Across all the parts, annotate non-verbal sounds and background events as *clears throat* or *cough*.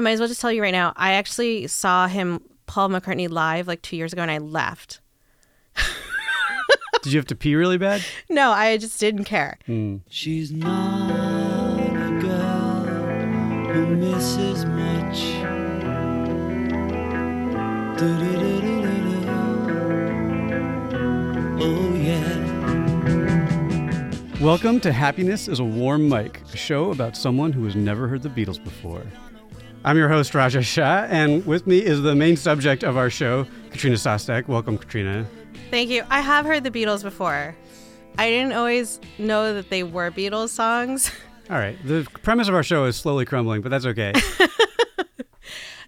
might as well just tell you right now. I actually saw him, Paul McCartney, live like two years ago, and I left. Did you have to pee really bad? No, I just didn't care. She's not a girl who misses much. Du-du-du-du-du-du. Oh, yeah. Welcome to Happiness is a Warm Mic, a show about someone who has never heard the Beatles before. I'm your host, Raja Shah, and with me is the main subject of our show, Katrina Sostek. Welcome, Katrina. Thank you. I have heard the Beatles before. I didn't always know that they were Beatles songs. *laughs* All right, the premise of our show is slowly crumbling, but *laughs* that's okay.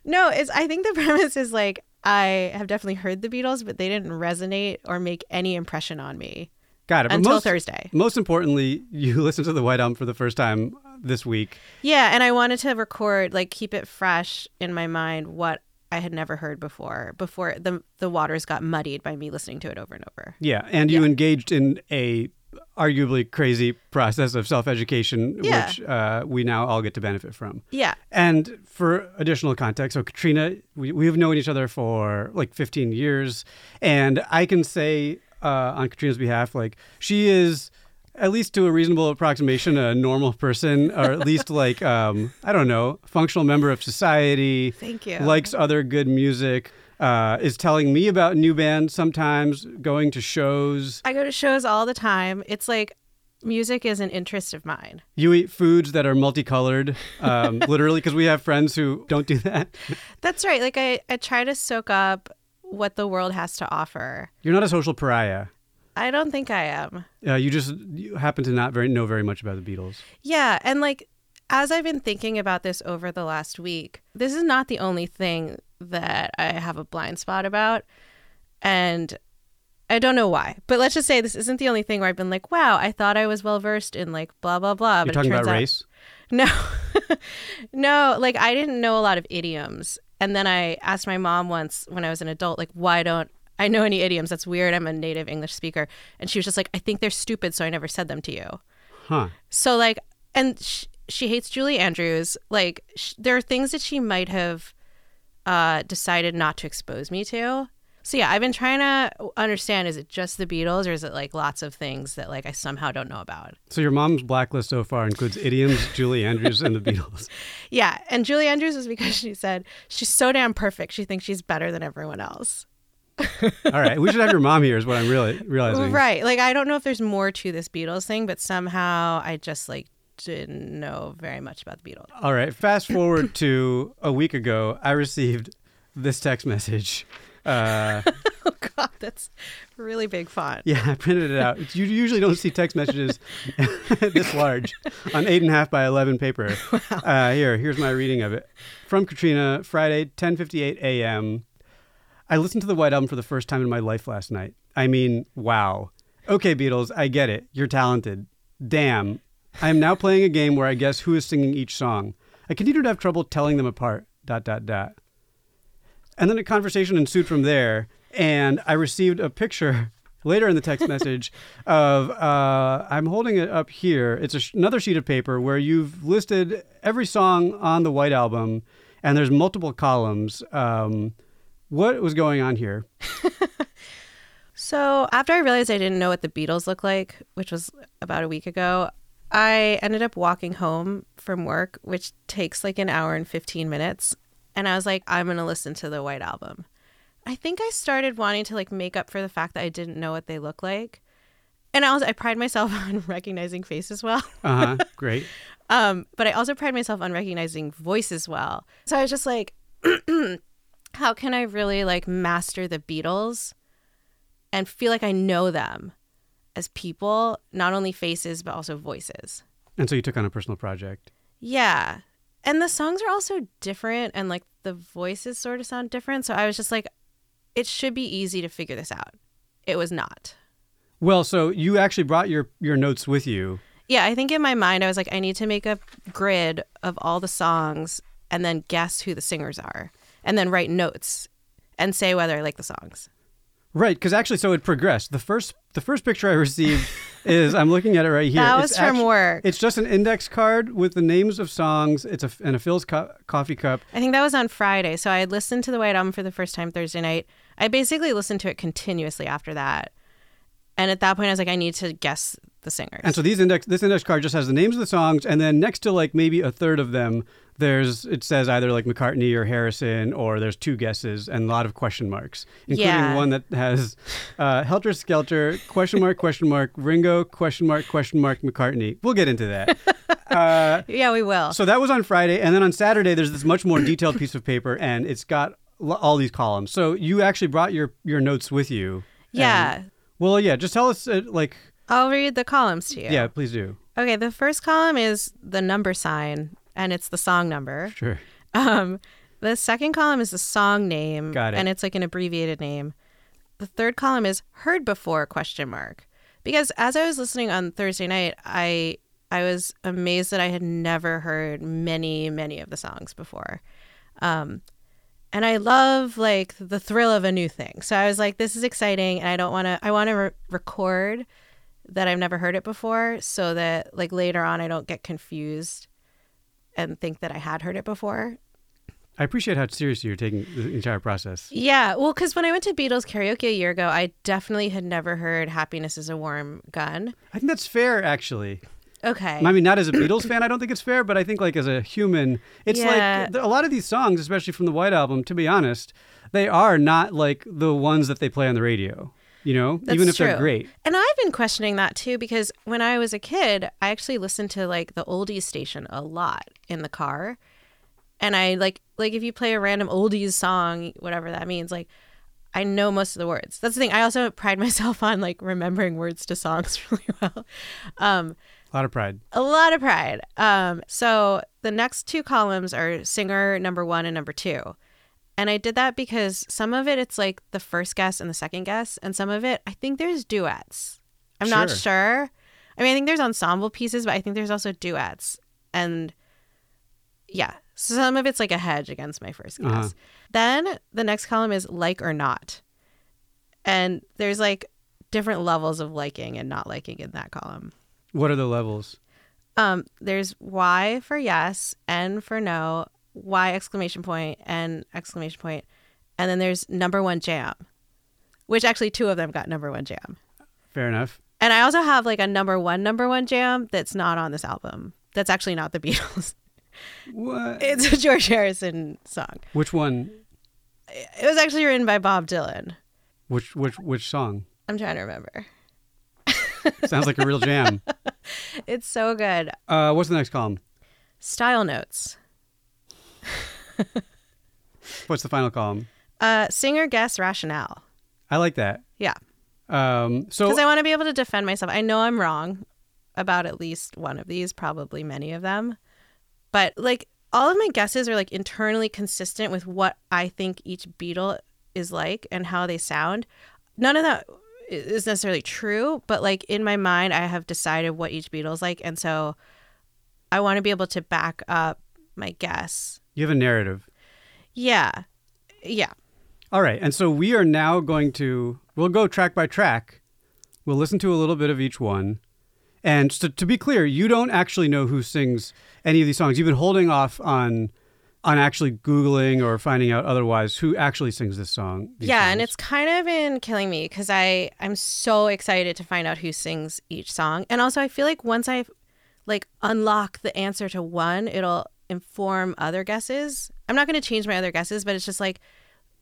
No, it's I think the *laughs* premise is like I have definitely heard the Beatles, but they didn't resonate or make any impression on me. Got it. But Until most- Thursday. Most importantly, you *laughs* listened to the White Album for the first time this week. Yeah, and I wanted to record like keep it fresh in my mind what I had never heard before before the the waters got muddied by me listening to it over and over. Yeah, and you engaged in a arguably crazy process of self-education, Yeah. which uh, we now all get to benefit from. Yeah. And for additional context, so Katrina, we, we've known each other for like 15 years. And I can say uh, on Katrina's behalf, like, she is, at least to a reasonable approximation, a normal person, or at least like, um, I don't know, functional member of society. Thank you. Likes other good music. Uh, is telling me about new bands sometimes, going to shows. I go to shows all the time. It's like music is an interest of mine. You eat foods that are multicolored, um, literally, because we have friends who don't do that. That's right. Like I, I try to soak up what the world has to offer. You're not a social pariah. I don't think I am. Uh, you just you happen to not very know very much about the Beatles. Yeah, and like as I've been thinking about this over the last week, this is not the only thing that I have a blind spot about. And I don't know why, but let's just say this isn't the only thing where I've been like, wow, I thought I was well versed in like blah, blah, blah. You're But talking it turns about out, race. No, *laughs* no, like I didn't know a lot of idioms. And then I asked my mom once when I was an adult, like, why don't I know any idioms? That's weird. I'm a native English speaker. And she was just like, I think they're stupid, so I never said them to you. Huh. So, like, and sh- she hates Julie Andrews. Like, sh- there are things that she might have uh, decided not to expose me to. So, yeah, I've been trying to understand is it just the Beatles or is it like lots of things that like I somehow don't know about? So your mom's blacklist so far *laughs* includes idioms, Julie Andrews, and the Beatles. Yeah, and Julie Andrews was because she said she's so damn perfect. She thinks she's better than everyone else. All right, we should have your mom here. Is what I'm really realizing. Right. Like I don't know if there's more to this Beatles thing, but somehow I just like didn't know very much about the Beatles. *laughs* All right. Fast forward to a week ago, I received this text message. Uh, Oh god, that's really big font. *laughs* yeah, I printed it out. You usually don't see text messages *laughs* this large on eight and a half by eleven paper. Uh, here, here's my reading of it from Katrina, Friday, 10:58 a.m. I listened to the White Album for the first time in my life last night. I mean, wow. Okay, Beatles, I get it. You're talented. Damn. I am now playing a game where I guess who is singing each song. I continue to have trouble telling them apart. Dot dot dot. And then a conversation ensued from there, and I received a picture *laughs* later in the text message of uh, I'm holding it up here. It's a sh- another sheet of paper where you've listed every song on the White Album, and there's multiple columns. Um, what was going on here? So after I realized I didn't know what the Beatles looked like, which was about a week ago, I ended up walking home from work, which takes like an hour and 15 minutes. And I was like, I'm going to listen to the White Album. I think I started wanting to like make up for the fact that I didn't know what they looked like. And I also I pride myself *laughs* on recognizing faces well. *laughs* Uh huh. Great. Um, but I also pride myself on recognizing voice as well. So I was just like, *clears throat* how can I really like master the Beatles and feel like I know them as people, not only faces, but also voices? And so you took on a personal project. Yeah. And the songs are also different and like the voices sort of sound different. So I was just like, it should be easy to figure this out. It was not. Well, so you actually brought your your notes with you. Yeah, I think in my mind, I was like, I need to make a grid of all the songs and then guess who the singers are and then write notes and say whether I like the songs. Right, because actually, so it progressed. The first, the first picture *laughs* I received is I'm looking at it right here. That It's was from actu- work. It's just an index card with the names of songs. It's a and a Phil's co- coffee cup. I think that was on Friday. So I had listened to the White Album for the first time Thursday night. I basically listened to it continuously after that. And at that point, I was like, I need to guess the singers. And so these index, this index card just has the names of the songs, and then next to like maybe a third of them, there's it says either like McCartney or Harrison, or there's two guesses and a lot of question marks, including Yeah. one that has uh, Helter Skelter question mark question mark Ringo question mark question mark McCartney. We'll get *laughs* into that. yeah, we will. So that was on Friday, and then on Saturday there's this much more detailed piece of paper, and it's got l- all these columns. So you actually brought your your notes with you. and- yeah. well, yeah. Just tell us, uh, like, I'll read the columns to you. yeah. please do. Okay, the first column is the number sign, and it's the song number. Sure. Um, the second column is the song name, Got it. and it's like an abbreviated name. The third column is heard before question mark because as I was listening on Thursday night, I I was amazed that I had never heard many many of the songs before. Um, and I love like the thrill of a new thing. So I was like, this is exciting, and I don't want to. I want to re- record that I've never heard it before, so that like later on I don't get confused and think that I had heard it before. I appreciate how seriously you're taking the entire process. Yeah, well, because when I went to Beatles karaoke a year ago, I definitely had never heard "Happiness Is a Warm Gun." I think that's fair, actually. Okay, I mean, not as a Beatles fan, I don't think it's fair, but I think like as a human, it's Yeah. like th- a lot of these songs, especially from the White Album. To be honest, they are not like the ones that they play on the radio. You know, That's even if they're true. great. And I've been questioning that too because when I was a kid, I actually listened to like the oldies station a lot in the car. And I like like if you play a random oldies song, whatever that means, like I know most of the words. That's the thing. I also pride *laughs* myself on like remembering words to songs *laughs* really well. Um A lot of pride. a lot of pride. Um, so the next two columns are singer number one and number two. And I did that because some of it it's like the first guess and the second guess, and some of it I think there's duets. I'm not Sure. sure. I mean, I think there's ensemble pieces, but I think there's also duets. And yeah, some of it's like a hedge against my first guess. Uh-huh. Then the next column is like or not. And there's like different levels of liking and not liking in that column. What are the levels? Um, there's Y for yes, N for no, Y exclamation point, N exclamation point, and then there's number one jam, which actually two of them got number one jam. Fair enough. And I also have like a number one number one jam that's not on this album. That's actually not the *laughs* Beatles. What? It's a George Harrison song. Which one? It was actually written by Bob Dylan. Which which which song? I'm trying to remember. Sounds like a real *laughs* jam. It's so good. Uh, what's the next column? Style notes. What's the final column? Uh, singer guess rationale. I like that. Yeah. Um, so because I want to be able to defend myself. I know I'm wrong about at least one of these, probably many of them, but like all of my guesses are like internally consistent with what I think each Beatle is like and how they sound. None of that is necessarily true, but like in my mind, I have decided what each Beatle's like, and so I want to be able to back up my guess. you have a narrative. Yeah, yeah. All right, and so we are now going to we'll go track by track. We'll listen to a little bit of each one. And to, to be clear, you don't actually know who sings any of these songs. You've been holding off on on actually googling or finding out otherwise who actually sings this song. these yeah and songs. it's kind of been killing me because i i'm so excited to find out who sings each song and also i feel like once i like unlock the answer to one it'll inform other guesses i'm not going to change my other guesses but it's just like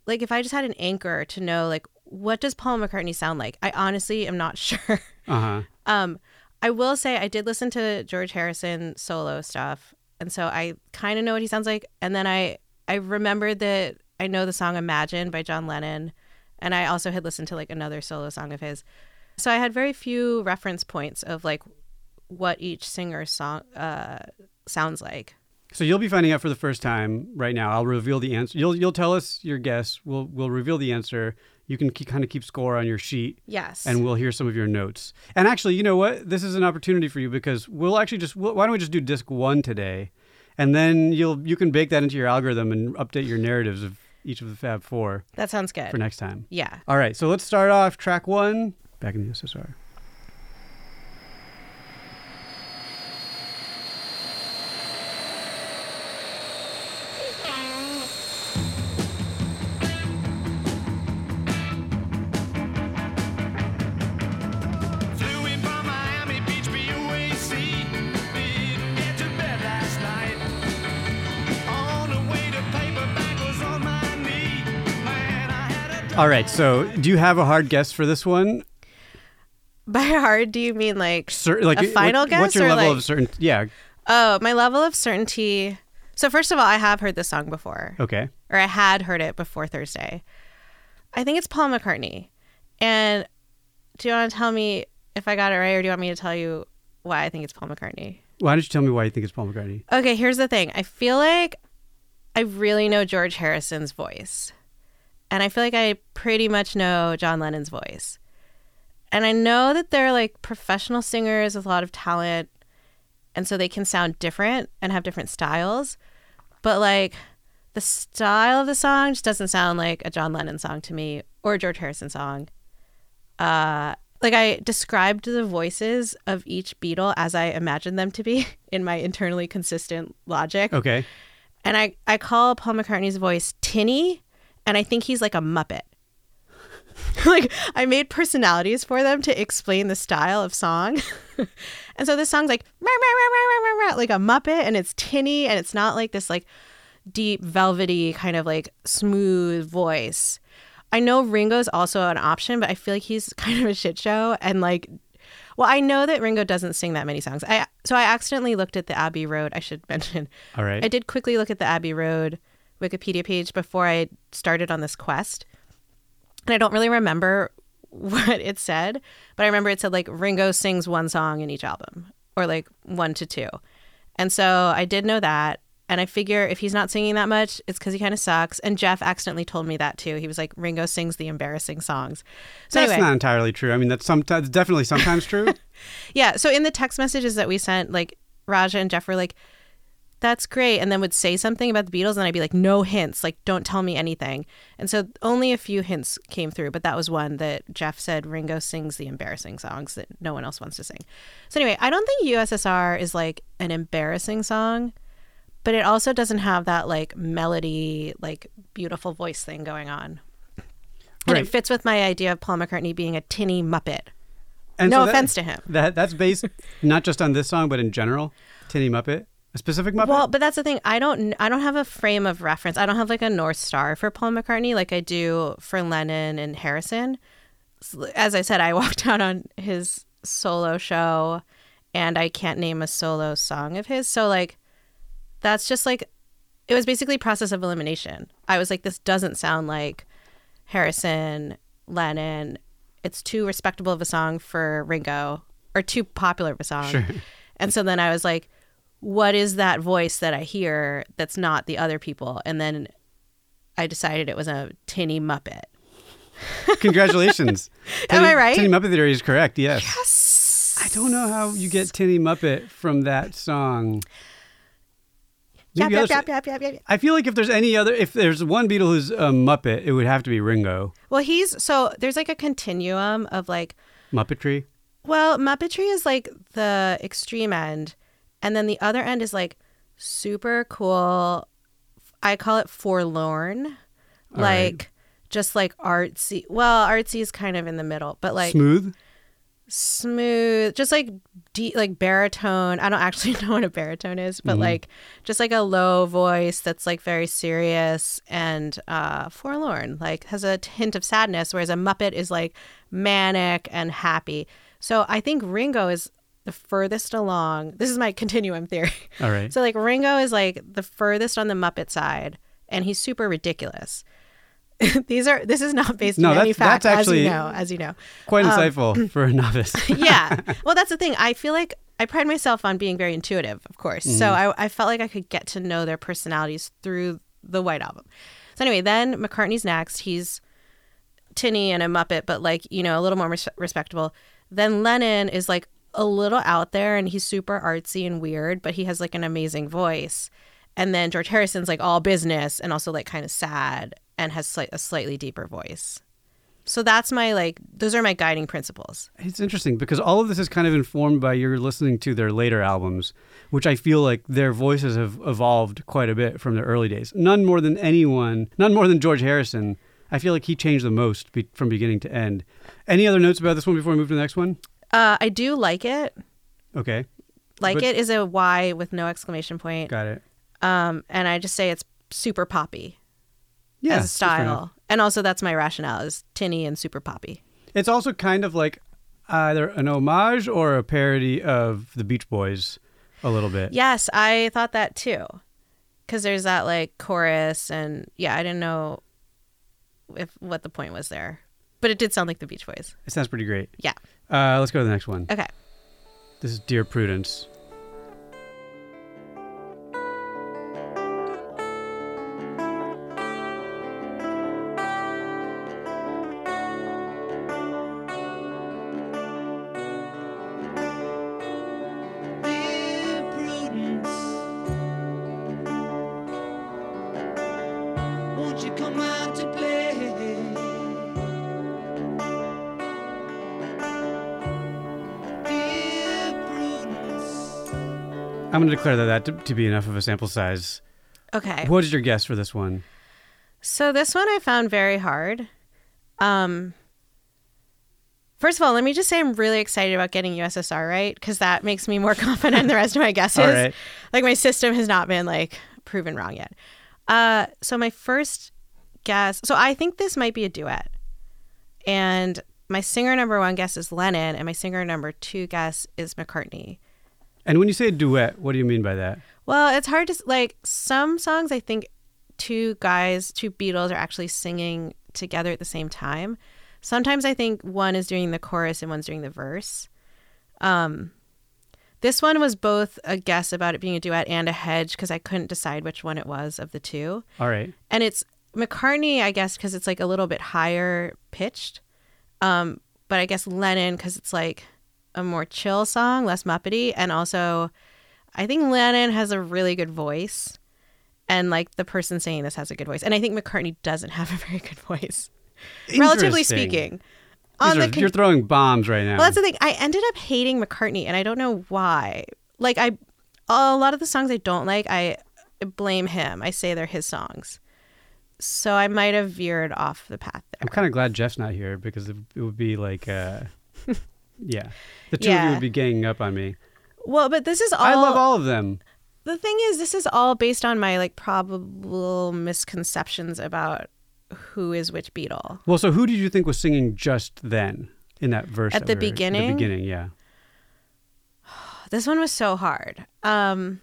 like if i just had an anchor to know like what does paul mccartney sound like i honestly am not *laughs* sure uh-huh. um, I will say I did listen to George Harrison solo stuff, and so I kind of know what he sounds like. And then I I remembered that I know the song "Imagine" by John Lennon, and I also had listened to like another solo song of his. So I had very few reference points of like what each singer's song uh, sounds like. So you'll be finding out for the first time right now. I'll reveal the answer. You'll you'll tell us your guess. We'll we'll reveal the answer. You can keep, kind of keep score on your sheet, Yes. and we'll hear some of your notes. And actually, you know what? This is an opportunity for you because we'll actually just we'll, why don't we just do disc one today, and then you'll you can bake that into your algorithm and update your narratives of each of the Fab Four That sounds good. for next time. yeah. *laughs* All right, so let's start off track one. Back in the USSR. Flew in by Miami Beach, BUAC. Didn't get to bed last night. On the way to paperback was on my knee. Man, I had a All right, so do you have a hard guess for this one? By hard, do you mean like Cer- like a what- final guess What's your or level like of certain? Yeah. oh my level of certainty? So first of all, I have heard this song before, Okay. or I had heard it before Thursday. I think it's Paul McCartney. And do you want to tell me if I got it right, or do you want me to tell you why I think it's Paul McCartney? Why don't you tell me why you think it's Paul McCartney? Okay, here's the thing. I feel like I really know George Harrison's voice. And I feel like I pretty much know John Lennon's voice. And I know that they're like professional singers with a lot of talent. And so they can sound different and have different styles. But like the style of the song just doesn't sound like a John Lennon song to me or a George Harrison song. Uh, like I described the voices of each Beatle as I imagined them to be *laughs* in my internally consistent logic. Okay. And I, I call Paul McCartney's voice Tinny, and I think he's like a Muppet. *laughs* like, I made personalities for them to explain the style of song. *laughs* and so this song's like, "Meow, meow, meow, meow, meow, meow," like a Muppet, and it's Tinny, and it's not like this, like, deep, velvety, kind of like smooth voice. I know Ringo's also an option, but I feel like he's *laughs* kind of a shit show. And like, well, I know that Ringo doesn't sing that many songs. I so I accidentally looked at the Abbey Road. I should *laughs* mention. All right. I did quickly look at the Abbey Road Wikipedia page before I started on this quest. And I don't really remember *laughs* what it said, but I remember it said like Ringo sings one song in each album or like one to two. And so I did know that. And I figure if he's not singing that much, it's because he kind of sucks. And Jeff accidentally told me that too. He was like, Ringo sings the embarrassing songs. So That's anyway, not entirely true. I mean, that's sometimes definitely sometimes true. *laughs* yeah. So in the text messages that we sent, like Raja and Jeff were like, "That's great," and then would say something about the Beatles, and I'd be like, "No hints. Like, don't tell me anything." And so only a few hints came through, but that was one that Jeff said Ringo sings the embarrassing songs that no one else wants to sing. So anyway, I don't think USSR is like an embarrassing song. But it also doesn't have that like melody, like beautiful voice thing going on. And Right. it fits with my idea of Paul McCartney being a tinny Muppet. And No that- offense to him. That that's based not just on this song, but in general. Tinny Muppet, a specific Muppet. Well, but that's the thing. I don't. I don't have a frame of reference. I don't have like a north star for Paul McCartney, like I do for Lennon and Harrison. So, As I said, I *laughs* walked out on his solo show, and I can't name a solo song of his. So like, that's just like, it was basically process of elimination. I was like, this doesn't sound like Harrison, Lennon. It's too respectable of a song for Ringo, or too popular of a song. Sure. And so then I was like, what is that voice that I hear that's not the other people? And then I decided it was a tinny Muppet. *laughs* Congratulations. *laughs* Am Tinny- I right? Tinny Muppet theory is correct. Yes. I don't know how you get Tinny Muppet from that song. Yap, Maybe yap, others- yap, yap, yap, yap. I feel like if there's any other, if there's one Beatle who's a Muppet, it would have to be Ringo. Well, he's so there's like a continuum of like, Muppetry. well, Muppetry is like the extreme end. And then the other end is like super cool. I call it forlorn. All right. like, just like artsy. Well, artsy is kind of in the middle, but like. Smooth. smooth, just like deep, like baritone. I don't actually *laughs* know what a baritone is, but Mm-hmm. like just like a low voice that's like very serious and uh, forlorn, like has a hint of sadness, whereas a Muppet is like manic and happy. So I think Ringo is the furthest along. This is my *laughs* continuum theory. All right. So like Ringo is like the furthest on the Muppet side, and he's super ridiculous. *laughs* These are this is not based No, on any that's- that's fact, as actually- you know, as you know Quite insightful for a novice. *laughs* yeah. Well, that's the thing. I feel like I pride myself on being very intuitive, of course. So I, I felt like I could get to know their personalities through the White Album. So anyway, then McCartney's next. He's tinny and a Muppet, but like, you know, a little more res- respectable. Then Lennon is like a little out there and he's super artsy and weird, but he has like an amazing voice. And then George Harrison's like all business and also like kind of sad and has slight a slightly deeper voice. So that's my like those are my guiding principles. It's interesting because all of this is kind of informed by your listening to their later albums, which I feel like their voices have evolved quite a bit from the early days. None more than anyone, none more than George Harrison. I feel like he changed the most be- from beginning to end. Any other notes about this one before we move to the next one? Uh, I do like it. Okay, Like But- it is a Y with no exclamation point. got it. Um, and I just say it's super poppy Yeah, as a that's fair enough. style. And also that's my rationale is tinny and super poppy. It's also kind of like either an homage or a parody of the Beach Boys, a little bit. Yes, I thought that too. Cuz there's that like chorus and yeah, I didn't know if what the point was there. But it did sound like the Beach Boys. It sounds pretty great. Yeah. Uh, let's go to the next one. Okay. This is Dear Prudence. Dear Prudence, won't you come out to play? Dear Prudence, I'm going to declare that that to, to be enough of a sample size. Okay. What is your guess for this one? So this one I found very hard. Um First of all, let me just say I'm really excited about getting USSR right because that makes me more *laughs* confident in the rest of my guesses. All right. Like my system has not been like proven wrong yet. Uh, so my first guess, so I think this might be a duet, and my singer number one guess is Lennon, and my singer number two guess is McCartney. And when you say duet, what do you mean by that? Well, it's hard to s- like some songs. I think two guys, two Beatles, are actually singing together at the same time. Sometimes I think one is doing the chorus and one's doing the verse. Um, this one was both a guess about it being a duet and a hedge because I couldn't decide which one it was of the two. All right. And it's McCartney, I guess, because it's like a little bit higher pitched. Um, but I guess Lennon because it's like a more chill song, less Muppety, and also I think Lennon has a really good voice, and like the person saying this has a good voice, and I think McCartney doesn't *laughs* have a very good voice, relatively Interesting. speaking. These On the are- con- you're throwing bombs right now. well, that's the thing. I ended up hating McCartney, and I don't know why. Like I, a lot of the songs I don't like, I blame him. I say they're his songs, so I might have veered off the path I'm there. kind of glad Jeff's not here because it, it would be like, uh, *laughs* yeah, the two of you Yeah. would be ganging up on me. Well, but this is all. I love all of them. the thing is, this is all based on my like probable misconceptions about who is which Beatle. Well, so who did you think was singing just then in that verse? At that the we were- The beginning? beginning, yeah. This one was so hard. Um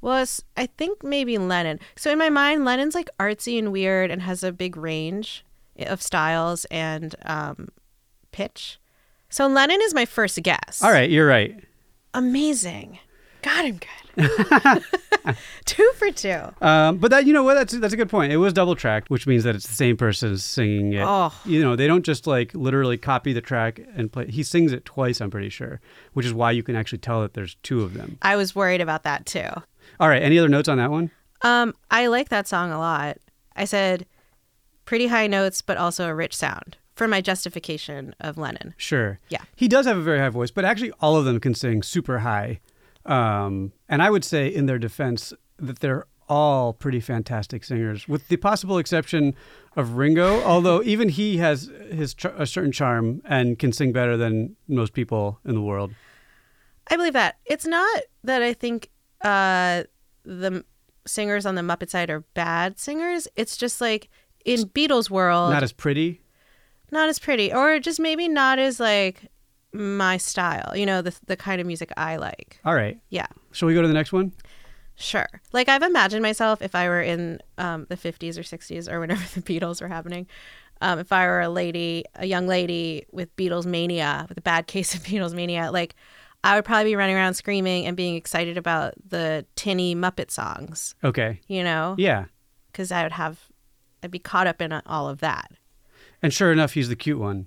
was I think maybe Lennon. So in my mind, Lennon's like artsy and weird and has a big range of styles and um, pitch. So Lennon is my first guess. All right, you're right. amazing. God, I'm good. *laughs* *laughs* two for two. Um, but that you know what that's that's a good point. It was double tracked, which means that it's the same person singing it. Oh. You know, they don't just like literally copy the track and play. He sings it twice, I'm pretty sure, which is why you can actually tell that there's two of them. I was worried about that too. All right, any other notes on that one? Um, I like that song a lot. I said pretty high notes, but also a rich sound for my justification of Lennon. Sure. Yeah. He does have a very high voice, but actually all of them can sing super high. Um, and I would say in their defense that they're all pretty fantastic singers, with the possible exception of *laughs* Ringo, although even he has his char- a certain charm and can sing better than most people in the world. I believe that. It's not that I think uh, the m- singers on the Muppet side are bad singers. It's just like in Beatles world, Not not as, as pretty. pretty, or just maybe not as like my style. You know, the the kind of music I like. All right. Yeah, Shall we go to the next one? sure. Like I've imagined myself if I were in um, the fifties or sixties or whenever *laughs* the Beatles were happening. Um, if I were a lady, a young lady with Beatles mania, with a bad case of *laughs* Beatles mania, like I would probably be running around screaming and being excited about the tinny Muppet songs, Okay. you know? Yeah. Because I would have, I'd be caught up in uh, all of that. And sure enough, he's the cute one.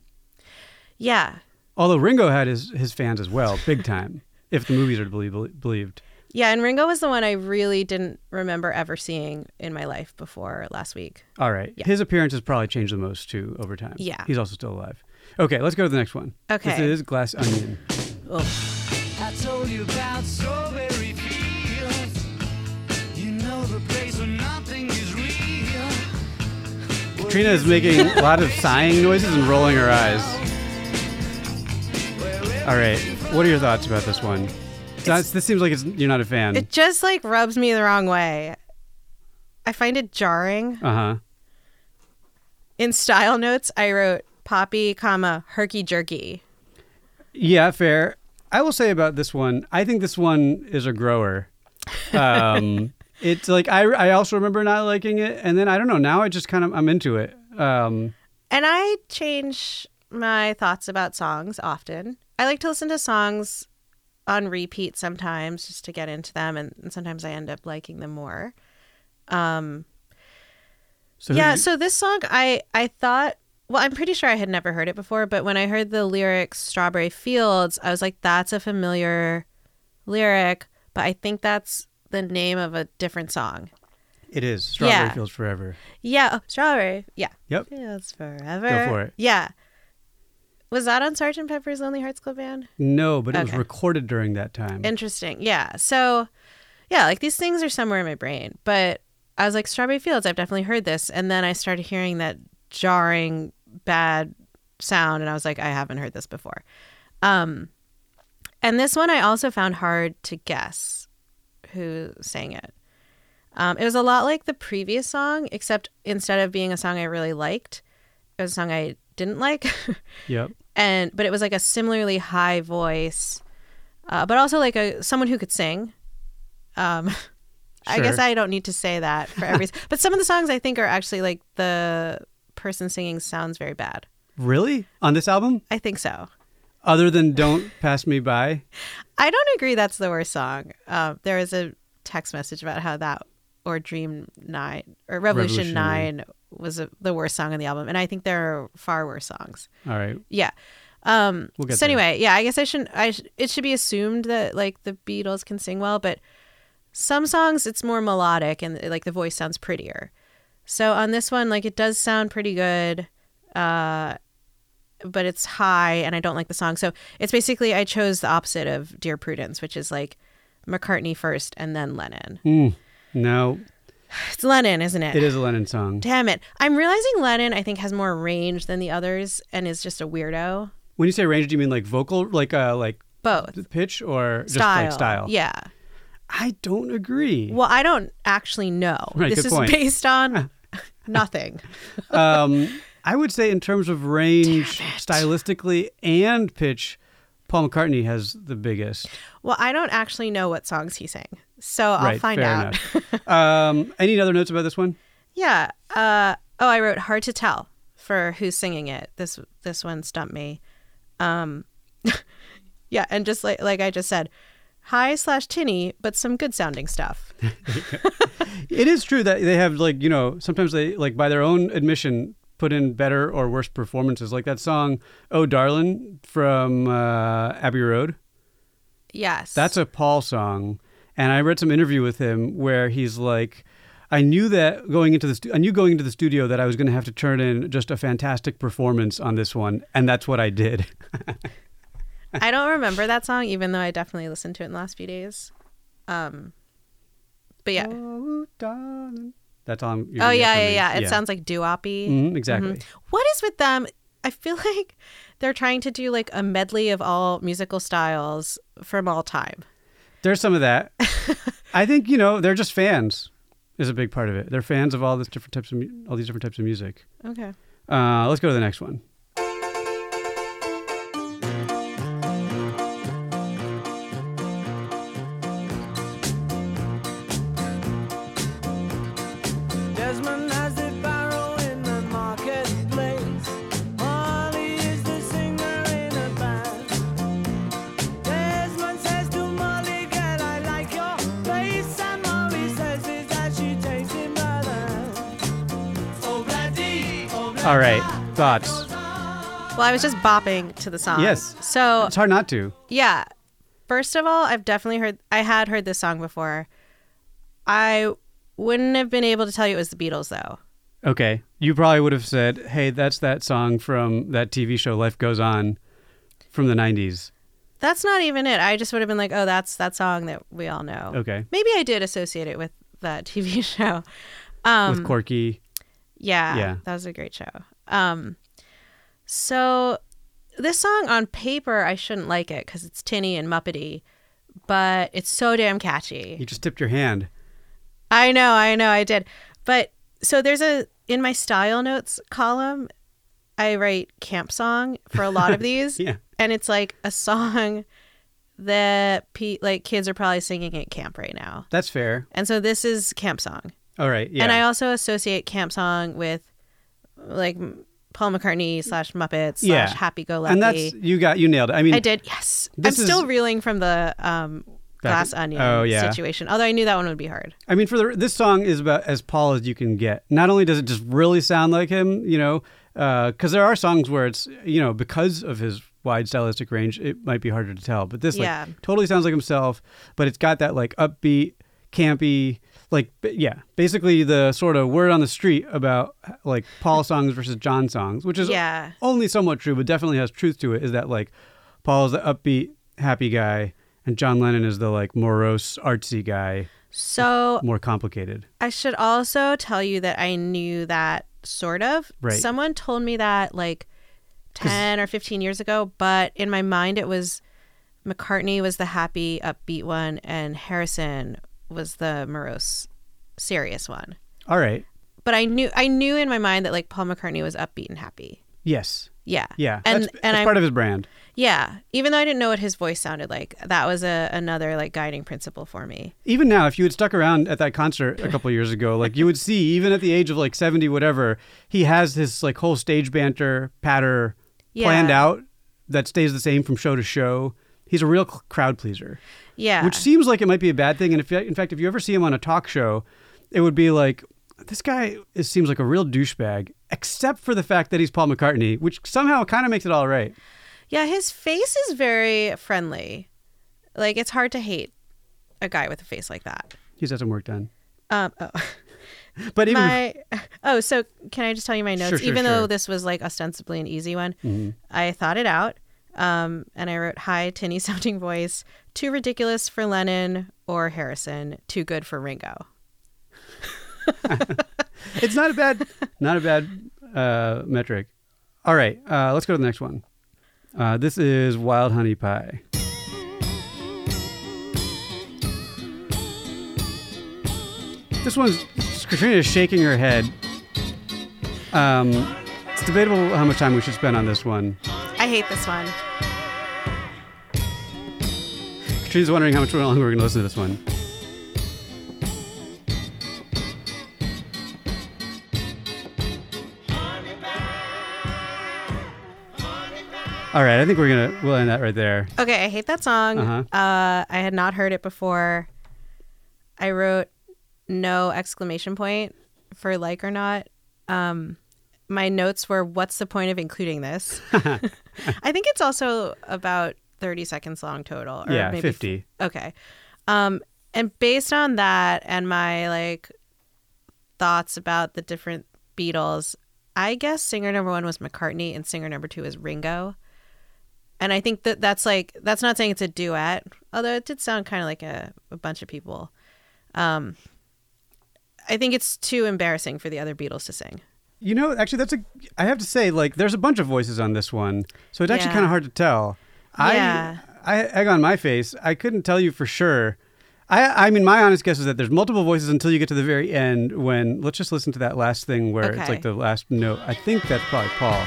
Yeah. *laughs* Although Ringo had his, his fans as well, big time, if the movies are to be belie- believed. Yeah, and Ringo was the one I really didn't remember ever seeing in my life before last week. All right. Yeah. His appearance has probably changed the most too over time. Yeah. He's also still alive. Okay, let's go to the next one. This Okay. is Glass Onion. Oh, I told you about strawberry fields. You know the place where nothing is real. Katrina is making a lot of sighing noises and rolling her eyes. All right. What are your thoughts about this one? That's, this seems like it's, you're not a fan. it just like rubs me the wrong way. I find it jarring. Uh huh. In style notes, I wrote poppy, comma herky jerky. Yeah, fair. I will say about this one, I think this one is a grower. *laughs* Um, it's like I, I also remember not liking it, and then I don't know. Now I just kind of I'm into it. Um, And I change my thoughts about songs often. I like to listen to songs on repeat sometimes just to get into them, and, and sometimes I end up liking them more. so who yeah, do you- so this song I I thought well, I'm pretty sure I had never heard it before, but when I heard the lyrics Strawberry Fields, I was like that's a familiar lyric, but I think that's the name of a different song. it is Strawberry yeah. Fields Forever. Yeah, oh, Strawberry. Yeah. Yep. Fields forever. Go for it. Yeah. Was that on Sgt. Pepper's Lonely Hearts Club Band? No, but it was Okay. recorded during that time. Interesting. Yeah. So, yeah, like these things are somewhere in my brain, but I was like, Strawberry Fields, I've definitely heard this. And then I started hearing that jarring, bad sound, and I was like, I haven't heard this before. Um, and this one I also found hard to guess who sang it. Um, it was a lot like the previous song, except instead of being a song I really liked, it was a song I didn't like. *laughs* yep. and but it was like a similarly high voice uh, but also like a someone who could sing um *laughs* i guess Sure. i don't need to say that for every but some of the songs i think are actually like the person singing sounds very bad Really? On this album? i think so Other than Don't Pass Me By? i don't agree that's the worst song um there was a text message about how that or dream nine or revolution, Revolutionary. nine was a, the worst song on the album and i think there are far worse songs All right. yeah um We'll get so anyway yeah i guess i shouldn't i sh- it should be assumed that like the beatles can sing well but some songs it's more melodic and like the voice sounds prettier so on this one like it does sound pretty good uh but it's high and i don't like the song so it's basically i chose the opposite of dear prudence which is like mccartney first and then lennon Mm, no, it's lennon isn't it it is a Lennon song. damn it i'm realizing lennon i think has more range than the others and is just a weirdo When you say range, do you mean like vocal, like uh, like both pitch, or just style. like style? Yeah. I don't agree. Well, I don't actually know. Right, this good is point. based on *laughs* nothing. *laughs* um, I would say in terms of range, stylistically and pitch, Paul McCartney has the biggest. Well, I don't actually know what songs he sang. So I'll right, find fair out. enough. um, any other notes about this one? *laughs* yeah. Uh, oh, I wrote hard to tell for who's singing it. This this one stumped me. Um, *laughs* yeah, and just like like I just said, high slash tinny, but some good sounding *laughs* stuff. It is true that they have like you know sometimes they like by their own admission put in better or worse performances. Like that song "Oh Darlin'" from uh, Abbey Road. Yes. That's a Paul song, and I read some interview with him where he's like, "I knew that going into the stu- I knew going into the studio that I was going to have to turn in just a fantastic performance on this one, and that's what I did." I don't remember that song, even though I definitely listened to it in the last few days. Um, but yeah. *laughs* Oh, darling. That's all. I'm, Oh yeah, yeah, yeah. It sounds Mm-hmm. like doo-wop-y. hmm exactly. What is with them? I feel *laughs* like they're trying to do like a medley of all musical styles from all time. There's some of *laughs* that. I think you know they're just fans. Is a big part of it. They're fans of all this different types of mu- all these different types of music. Okay. Uh, let's go to the next one. Desmond has the barrel in the marketplace. Molly is the singer in a band. Desmond says to Molly, Girl, I like your face. And Molly says is that she takes him by the hand. Oh, bloody, oh, bloody. All right, thoughts. Well, I was just bopping to the song. Yes. So It's hard not to. yeah, First of all, I've definitely heard I had heard this song before. I wouldn't have been able to tell you it was the Beatles though. Okay. You probably would have said, hey, that's that song from that TV show Life Goes On from the 90s. That's not even it. I just would have been like, "Oh, that's that song that we all know." Okay. Maybe I did associate it with that *laughs* TV show. Um With Corky. Yeah, Yeah. that was a great show. Um, so this song on paper, I shouldn't like it because it's tinny and muppety, but it's so damn catchy. You just tipped your hand. I know, I know, I did. But so there's a in my style notes column, I write camp song for a *laughs* lot of these, Yeah. and it's like a song that pe- like kids are probably singing at camp right now. That's fair. And so this is camp song. All right. Yeah. And I also associate camp song with like m- Paul McCartney slash Muppets Yeah. slash Happy Go and that's, Lucky. you got, you nailed it. I mean, I did. Yes, I'm This is- still reeling from the um, Back- glass onion Oh, yeah. situation. Although I knew that one would be hard. I mean, for the this song is about as Paul as you can get. Not only does it just really sound like him, you know, because there are songs where it's you know because of his wide stylistic range, it might be harder to tell. But this like Yeah. totally sounds like himself, but it's got that like upbeat, campy, like b- yeah, basically the sort of word on the street about like Paul songs versus John songs, which is Yeah. only somewhat true, but definitely has truth to it. Is that like Paul's the upbeat, happy guy, and John Lennon is the like morose, artsy guy So more complicated. I should also tell you that I knew that sort of. Right. Someone told me that like ten or fifteen years ago, but in my mind it was McCartney was the happy, upbeat one, and Harrison was the morose, serious one. All right. but I knew I knew in my mind that like Paul McCartney was upbeat and happy. Yes. Yeah. Yeah. And that's, and that's I part of his brand. yeah, even though I didn't know what his voice sounded like, that was a another like guiding principle for me. Even now, if you had stuck around at that concert a couple years ago, like you would see, even at the age of like seventy, whatever, he has this like whole stage banter patter planned Yeah. out that stays the same from show to show. He's a real c- crowd pleaser, Yeah. which seems like it might be a bad thing. And if, in fact, if you ever see him on a talk show, it would be like this guy is, seems like a real douchebag, except for the fact that he's Paul McCartney, which somehow kind of makes it all right. yeah, his face is very friendly. Like it's hard to hate a guy with a face like that. He's had some work done, Um oh, *laughs* but even my *laughs* Oh, so can I just tell you my notes Sure, sure, even though sure. Mm-hmm. this was like ostensibly an easy one? I thought it out. Um, and I wrote high tinny sounding voice, too ridiculous for Lennon or Harrison, too good for Ringo. it's not *laughs* a bad not a bad uh, metric. All right, uh, let's go to the next one. Uh, this is Wild Honey Pie. This one's Katrina is shaking her head. Um, it's debatable how much time we should spend on this one. I hate this one. Katrina's wondering how much longer we're going to listen to this one. All right, I think we're gonna we'll end that right there. Okay, I hate that song. Uh-huh. Uh, I had not heard it before. I wrote no exclamation point for like or not. Um, my notes were, what's the point of including *laughs* this? *laughs* I think it's also about 30 seconds long total. Or yeah, maybe fifty. Okay. Um, and based on that and my like thoughts about the different Beatles, I guess singer number one was McCartney and singer number two is Ringo. And I think that that's like that's not saying it's a duet, although it did sound kind of like a, a bunch of people. Um, I think it's too embarrassing for the other Beatles to sing. You know, actually, that's a. I have to say, like, there's a bunch of voices on this one, so it's actually Yeah. kind of hard to tell. Yeah. I, I egg on my face. I couldn't tell you for sure. I, I mean, my honest guess is that there's multiple voices until you get to the very end. When let's just listen to that last thing where it's Okay. like the last note. I think that's probably Paul.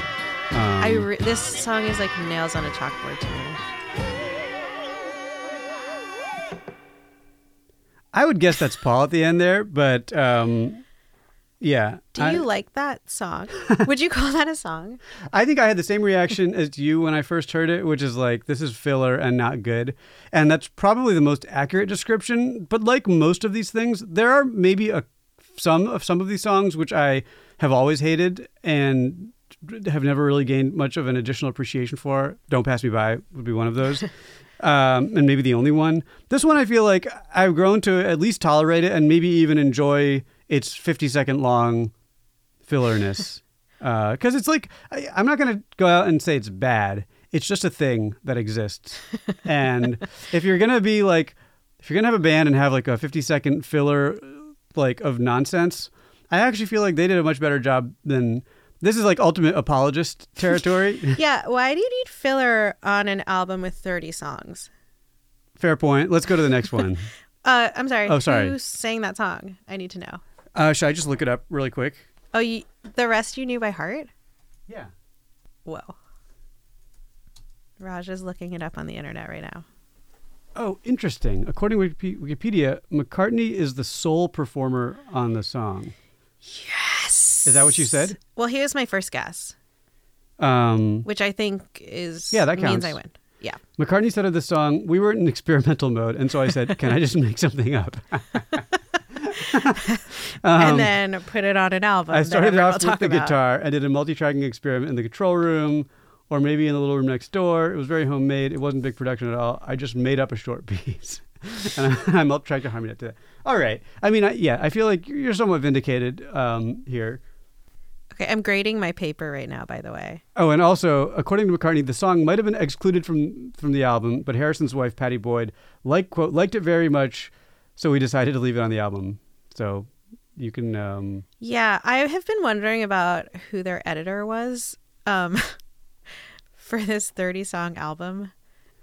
I re- this song is like nails on a chalkboard to me. I would guess that's Paul at the end there, but um, yeah. Do I- you like that song? Would you call that a song? I think I had the same reaction as you when I first heard it, which is like, this is filler and not good. And that's probably the most accurate description. But like most of these things, there are maybe a some of some of these songs which I have always hated and d- have never really gained much of an additional appreciation for. Don't Pass Me By would be one of those. Um, and maybe the only one. This one, I feel like I've grown to at least tolerate it and maybe even enjoy its 50 second long fillerness. *laughs* Because it's like, I, I'm not going to go out and say it's bad. It's just a thing that exists. *laughs* and if you're going to be like, if you're going to have a band and have like a 50 second filler, like of nonsense, I actually feel like they did a much better job than this is like ultimate apologist *laughs* territory. Yeah, why do you need filler on an album with 30 songs? Fair point. Let's go to the next one. Uh, I'm sorry. Oh, sorry. Who sang that song? I need to know. *laughs* Uh, should I just look it up really quick? Oh, you, the rest you knew by heart? Yeah. Whoa. Raj is looking it up on the internet right now. Oh, interesting. According to Wiki- Wikipedia, McCartney is the sole performer on the song. Yes. Is that what you said? Well, here's my first guess, Um, which I think is Yeah, that means counts. I win. Yeah. McCartney said of the song, "We were in experimental mode," and so I said, "Can I just make something *laughs* up?" and then put it on an album. Um, I that started everyone off will talk with the about. guitar and did a multi-tracking experiment in the control room, or maybe in the little room next door. It was very homemade. It wasn't big production at all. I just made up a short *laughs* piece, and I *laughs* multi-tracked and harmony up to that. All right. I mean, I, yeah, I feel like you're- you're somewhat vindicated um, here. Okay, I'm grading my paper right now, by the way. Oh, and also, according to McCartney, the song might have been excluded from from the album, but Harrison's wife, Patty Boyd, like quote liked it very much, so we decided to leave it on the album. So you can. Um, Yeah, I have been wondering about who their editor was um, *laughs* for this 30 song album.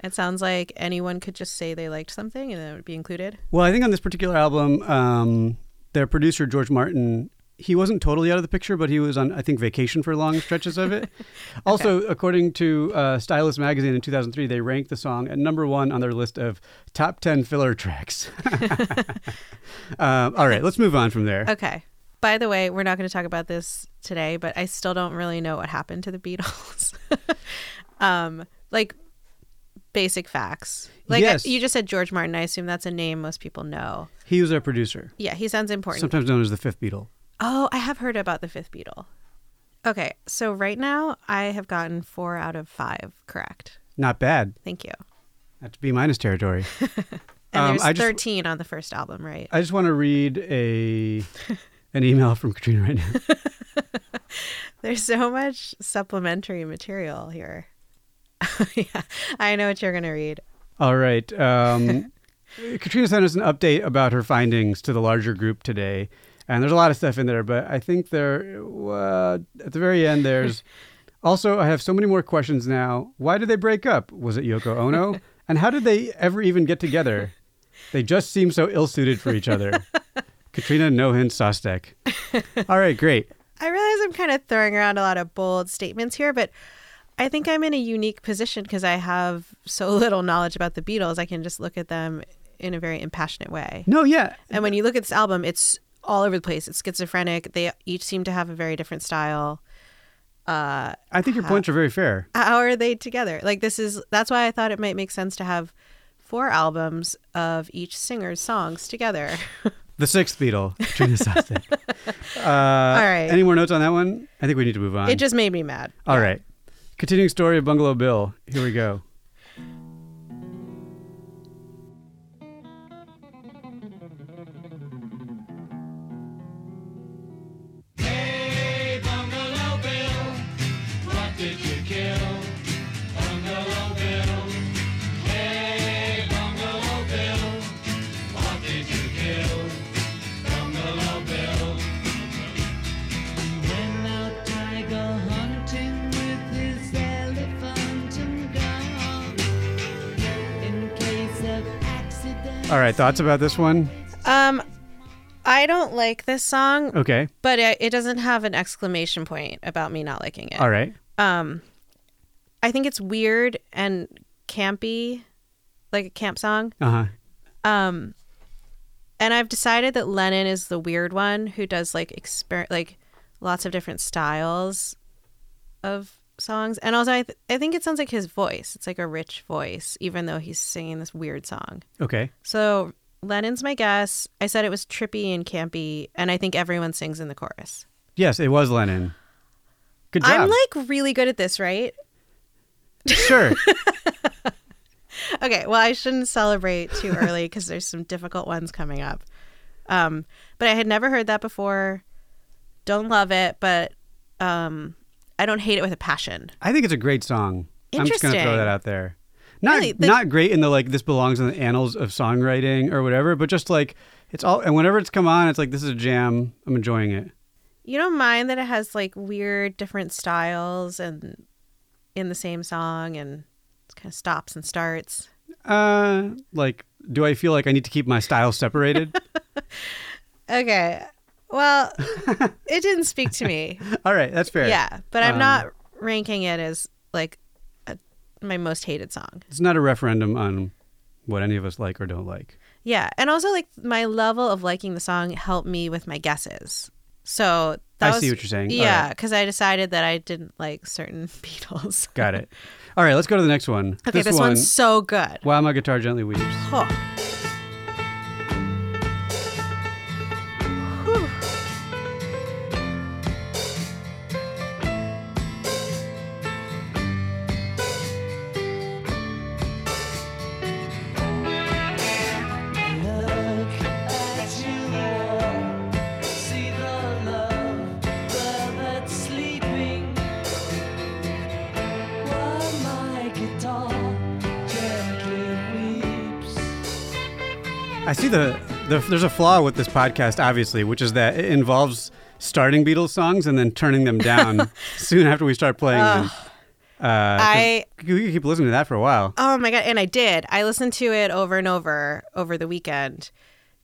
It sounds like anyone could just say they liked something and it would be included. Well, I think on this particular album, um, their producer George Martin, he wasn't totally out of the picture, but he was on, I think, vacation for long stretches of it. *laughs* Also, according to uh, Stylist magazine in 2003, they ranked the song at number one on their list of top ten filler tracks. *laughs* um, all right, let's move on from there. Okay. By the way, we're not going to talk about this today, but I still don't really know what happened to the Beatles. *laughs* um, like basic facts. Like Yes. you just said George Martin. I assume that's a name most people know. He was their producer, Yeah, he sounds important. sometimes known as the Fifth Beatle. Oh, I have heard about the fifth Beatle. Okay, so right now I have gotten four out of five correct. Not bad. Thank you. That's B minus territory. And Um, there's I just- 13 on the first album, right? I just want to read a an email from Katrina right now. There's so much supplementary material here. *laughs* yeah, I know what you're going to read. All right. *laughs* Um, Katrina sent us an update about her findings to the larger group today. And there's a lot of stuff in there, but I think there, uh, at the very *laughs* end, there's also, I have so many more questions now. Why did they break up? Was it *laughs* Yoko Ono? And how did they ever even get together? They just seem so ill suited for *laughs* each other. Katrina Nohin Sostek. All right, great. I realize I'm kind of throwing around a lot of bold statements here, but I think I'm in a unique position because I have so little knowledge about the Beatles. I can just look at them in a very impassionate way. No, yeah. And when you look at this album, it's all over the place. It's schizophrenic. They each seem to have a very different style. I think your Uh-huh. points are very fair. How are they together? Like this is that's why I thought it might make sense to have four albums of each singer's songs *laughs* together. The sixth Beatle, Katrina *laughs* Sostek. all right. Any more notes on that one? I think we need to move on. it just made me mad. All right. Continuing story of Bungalow Bill. Here we go. Hey, Bungalow Bill, what did you kill? Bungalow Bill. Hey, Bungalow Bill, what did you kill? Bungalow Bill. Went out tiger hunting with his elephant and gun. In case of accident. All right, thoughts about this one? Um I don't like this song, Okay. but it, it doesn't have an exclamation point about me not liking it. All right. I think it's weird and campy, like a camp song. Uh huh. Um, and I've decided that Lennon is the weird one who does like exper- like lots of different styles of songs. And also, I, th- I think it sounds like his voice. It's like a rich voice, even though he's singing this weird song. Okay. So Lennon's my guess. I said it was trippy and campy, and I think everyone sings in the chorus. Yes, it was Lennon. Good job. I'm like really good at this, right? sure. Okay, well, I shouldn't celebrate too early because there's some difficult ones coming up. Um, but I had never heard that before. Don't love it, but um, I don't hate it with a passion. I think it's a great song. I'm just going to throw Interesting. that out there. Not Really, the- not great in the like this belongs in the annals of songwriting or whatever, but just like it's all and whenever it's come on, it's like this is a jam. I'm enjoying it. You don't mind that it has like weird different styles and in the same song and it kind of stops and starts. Uh, like do I feel like I need to keep my *laughs* style separated? Okay. *laughs* Well, it didn't speak to me. all right, that's fair. Yeah, but I'm Um, not ranking it as like a, my most hated song. It's not a referendum on what any of us like or don't like. Yeah, and also like my level of liking the song helped me with my guesses. So that I was, see what you're saying. All Yeah, right. because I decided that I didn't like certain *laughs* Beatles. Got it. *laughs* All right, let's go to the next one. okay, this, one. Uh, one's so good. While my guitar gently weeps. Oh. Whew. I see the, the there's a flaw with this podcast, obviously, which is that it involves starting Beatles songs and then turning them *laughs* down soon after we start playing them. Uh, 'cause I you could keep listening to that for a while. Oh my god! And I did. I listened to it over and over over the weekend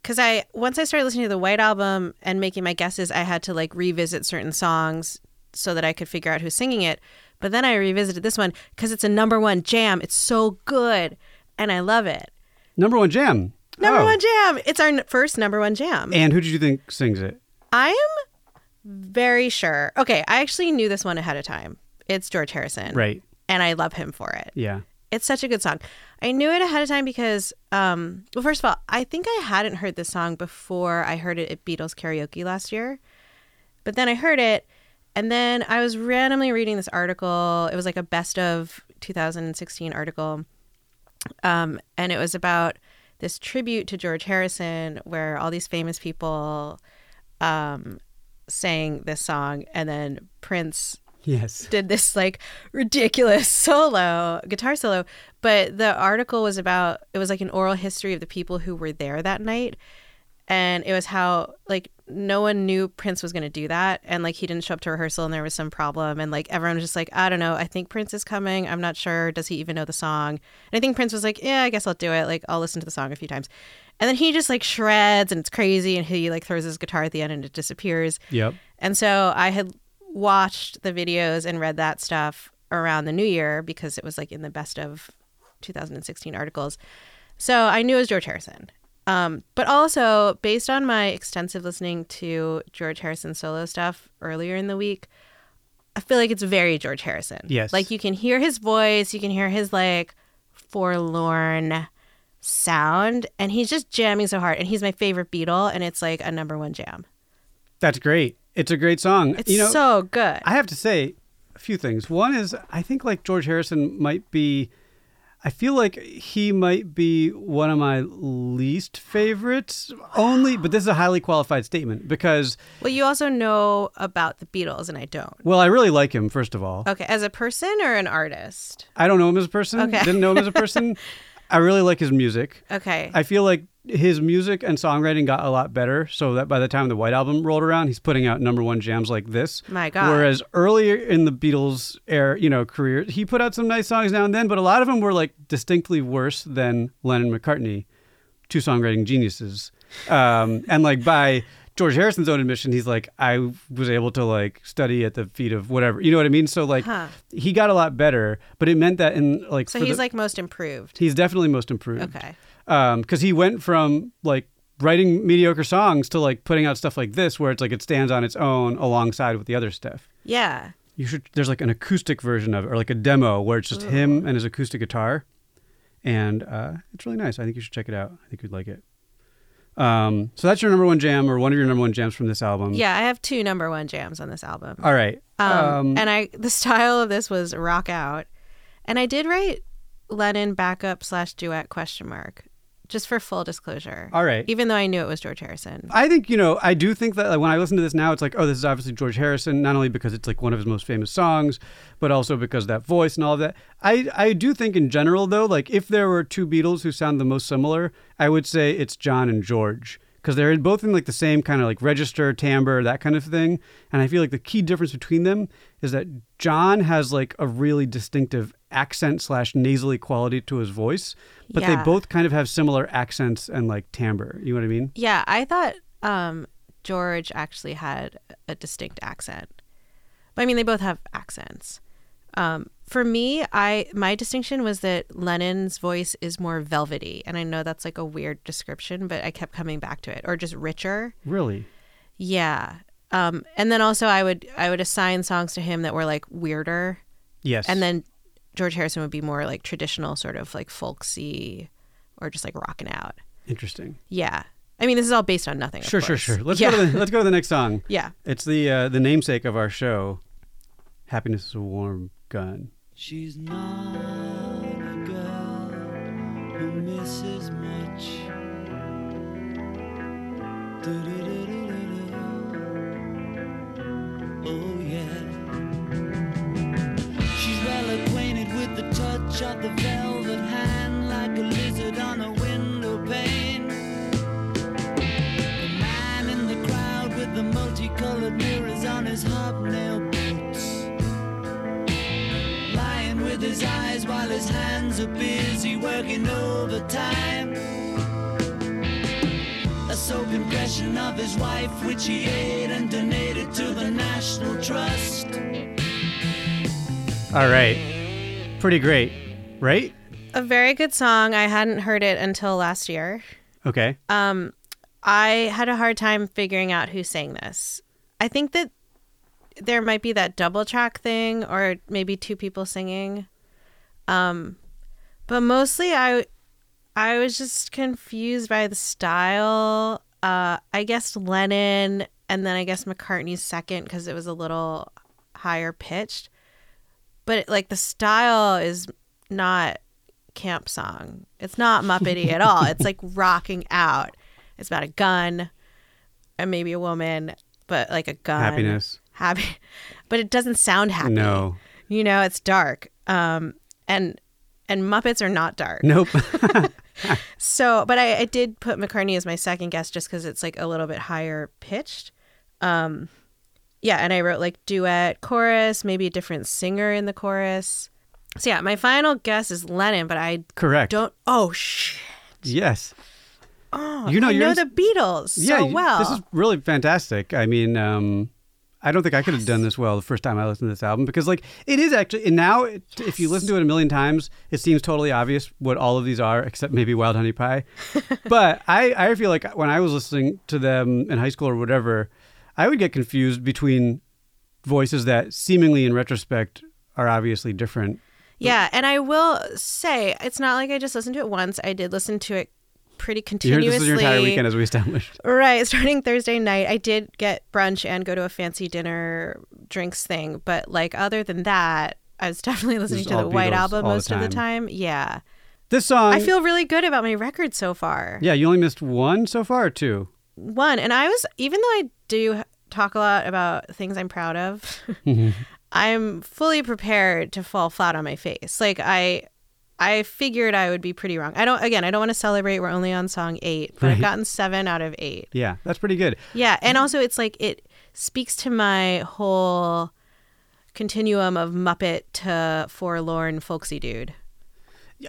because I once I started listening to the White Album and making my guesses, I had to like revisit certain songs so that I could figure out who's singing it. But then I revisited this one because it's a number one jam. It's so good, and I love it. Number one jam. Number Oh. one jam. It's our n- first number one jam. And who did you think sings it? I am very sure. Okay, I actually knew this one ahead of time. It's George Harrison, Right. And I love him for it. Yeah. It's such a good song. I knew it ahead of time because, um, well, first of all, I think I hadn't heard this song before I heard it at Beatles karaoke last year. But then I heard it, and then I was randomly reading this article. It was like a best of 2016 article. Um, and it was about this tribute to George Harrison where all these famous people um, sang this song, and then Prince Yes. did this like ridiculous *laughs* solo guitar solo but the article was about it was like an oral history of the people who were there that night and it was how like no one knew prince was going to do that and like he didn't show up to rehearsal and there was some problem and like everyone was just like i don't know i think prince is coming i'm not sure does he even know the song and i think prince was like yeah i guess i'll do it like i'll listen to the song a few times and then he just like shreds and it's crazy and he like throws his guitar at the end and it disappears Yep. and so I had watched the videos and read that stuff around the new year because it was like in the best of 2016 articles. So I knew it was George Harrison. Um, but also, based on my extensive listening to George Harrison solo stuff earlier in the week, I feel like it's very George Harrison. Yes. Like you can hear his voice, you can hear his like forlorn sound, and he's just jamming so hard. And he's my favorite Beatle, and it's like a number one jam. That's great. It's a great song. It's you know, so good. I have to say a few things. One is I think like George Harrison might be I feel like he might be one of my least favorites only but this is a highly qualified statement because well, you also know about the Beatles, and I don't. well I really like him first of all. Okay, as a person or an artist? I don't know him as a person. Okay. Didn't know him as a *laughs* person. I really like his music. Okay. I feel like his music and songwriting got a lot better, so that by the time the White Album rolled around, he's putting out number one jams like this. My God. Whereas earlier in the Beatles' era, you know, career, he put out some nice songs now and then, but a lot of them were like distinctly worse than Lennon McCartney, two songwriting geniuses. Um, and like by George Harrison's own admission, he's like, I was able to like study at the feet of whatever, you know what I mean? So like, Huh. he got a lot better, but it meant that in like, so for he's the- like most improved. he's definitely most improved Okay. um because he went from like writing mediocre songs to like putting out stuff like this where it's like it stands on its own alongside with the other stuff Yeah. you should there's like an acoustic version of it or like a demo where it's just him and his acoustic guitar and uh it's really nice i think you should check it out i think you'd like it Um, so that's your number one jam or one of your number one jams from this album. Yeah, I have two number one jams on this album. All right. Um, and I *laughs* the style of this was rock out, and I did write Lennon backup slash duet question mark, just for full disclosure. All right. Even though I knew it was George Harrison. I think you know. I do think that like, when I listen to this now, it's like, oh, this is obviously George Harrison. Not only because it's like one of his most famous songs, but also because of that voice and all of that. I I do think in general though, like if there were two Beatles who sound the most similar, I would say it's John and George because they're both in like the same kind of like register, timbre, that kind of thing. And I feel like the key difference between them is that John has like a really distinctive accent slash nasally quality to his voice, but they Yeah. both kind of have similar accents and like timbre. You know what I mean? Yeah, I thought um, George actually had a distinct accent. But I mean, they both have accents. Um, for me, I my distinction was that Lennon's voice is more velvety, and I know that's like a weird description, but I kept coming back to it, or just richer. Really? Yeah. Um, and then also, I would I would assign songs to him that were like weirder, Yes. and then George Harrison would be more like traditional, sort of like folksy, or just like rocking out. interesting. Yeah. I mean, this is all based on nothing. of Sure, sure, course. sure. Let's yeah. go to the, let's go to the next song. *laughs* yeah. It's the uh, the namesake of our show. Happiness is a warm gun. She's not a girl who misses much. Du-du-du-du-du-du. Oh, yeah. She's well acquainted with the touch of the velvet hand, like a lizard on a window pane. The man in the crowd with the multicolored mirrors on his hobnail boots lying with his eyes while his hands are busy working overtime. A soap impression of his wife, which he ate and donated to the National Trust. All right. Pretty great, right? a very good song. I hadn't heard it until last year. Okay. Uh, I had a hard time figuring out who sang this. I think that there might be that double track thing or maybe two people singing. Um but mostly I I was just confused by the style. Uh I guess Lennon and then I guess McCartney's second cuz it was a little higher pitched. But like the style is not camp song. It's not Muppety at all. It's like rocking out. It's about a gun and maybe a woman, but like a gun. Happiness. Happy. But it *laughs* doesn't sound happy. No. You know, it's dark. Um and and Muppets are not dark. Nope. *laughs* So, but I, I did put McCartney as my second guess just because it's like a little bit higher pitched. Um, yeah, and I wrote like duet, chorus, maybe a different singer in the chorus. So yeah, my final guess is Lennon, but I Correct. don't. Oh shit! Yes. Oh, you know, I you're know the Beatles yeah, so you- well. This is really fantastic. I mean, um, I don't think I could have done this well the first time I listened to this album because, like, it is actually. And now, it, if you listen to it a million times, it seems totally obvious what all of these are, except maybe Wild Honey Pie. *laughs* but I, I feel like when I was listening to them in high school or whatever, I would get confused between voices that seemingly, in retrospect, are obviously different. yeah, and I will say it's not like I just listened to it once. I did listen to it pretty Here, continuously. this is your entire weekend, as we established. Right, *laughs* starting Thursday night, I did get brunch and go to a fancy dinner drinks thing, but like other than that, I was *laughs* definitely listening is to the all White Beatles Album all the most of the time. time. Yeah. This song. I feel really good about my record so far. Yeah, you only missed one so far, or two. One, and I was even though I do talk a lot about things I'm proud of, *laughs* Mm-hmm. I'm fully prepared to fall flat on my face. Like I I figured I would be pretty wrong. I don't again, I don't want to celebrate we're only on song 8, but Right. I've gotten 7 out of 8. Yeah, that's pretty good. Yeah, and also it's like it speaks to my whole continuum of Muppet to forlorn folksy dude.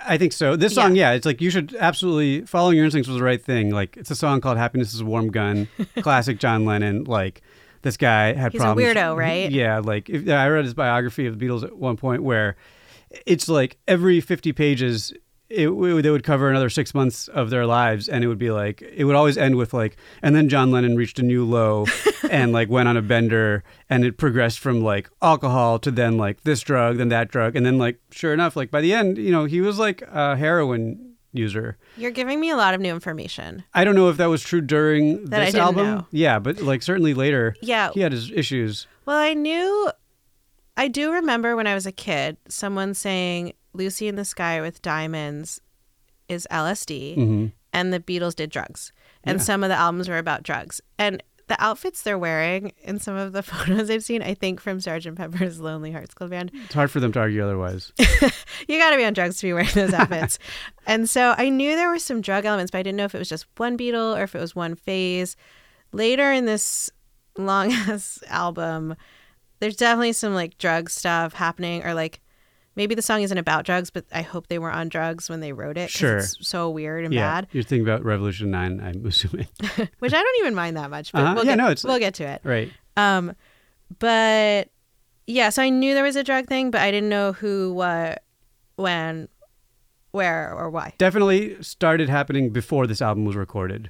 I think so. This song, yeah. Yeah. it's like you should absolutely following your instincts was the right thing. Like it's a song called "Happiness Is a Warm Gun," classic John Lennon. Like this guy had He's a problems. weirdo, right? Yeah, like if, I read his biography of the Beatles at one point where it's like every fifty pages. It, it- they would cover another six months of their lives, and it would be like it would always end with like, and then John Lennon reached a *laughs* new low, and like went on a bender, and it progressed from like alcohol to then like this drug, then that drug, and then like sure enough, like by the end, you know, he was like a heroin user. You're giving me a lot of new information. I don't know if that was true during That I this didn't album. know. Yeah, but like certainly later. Yeah. He had his issues. Well, I knew, I do remember when I was a kid, someone saying Lucy in the Sky with Diamonds is LSD, Mm. Mm-hmm. and the Beatles did drugs. And some of the albums were about drugs. And the outfits they're wearing in some of the *laughs* photos I've seen, I think from Sgt. Pepper's Lonely Hearts Club Band, It's hard for them to *laughs* argue otherwise. you got to be on drugs to be wearing those *laughs* outfits. and so I knew there were some drug elements, but I didn't know if it was just one Beatle or if it was one phase. Later in this long *laughs* ass album, there's definitely some like drug stuff happening, or like maybe the song isn't about drugs, but I hope they were on drugs when they wrote it. 'cause Sure. It's so weird and yeah. bad, You're thinking about Revolution 9, I'm *laughs* assuming. which I don't even mind that much, but Uh-huh. we'll, Yeah, get, no, it's- we'll get to it. right. Um, but yeah, so I knew there was a drug thing, but I didn't know who, what, when, where, or why. Definitely started happening before this album was recorded.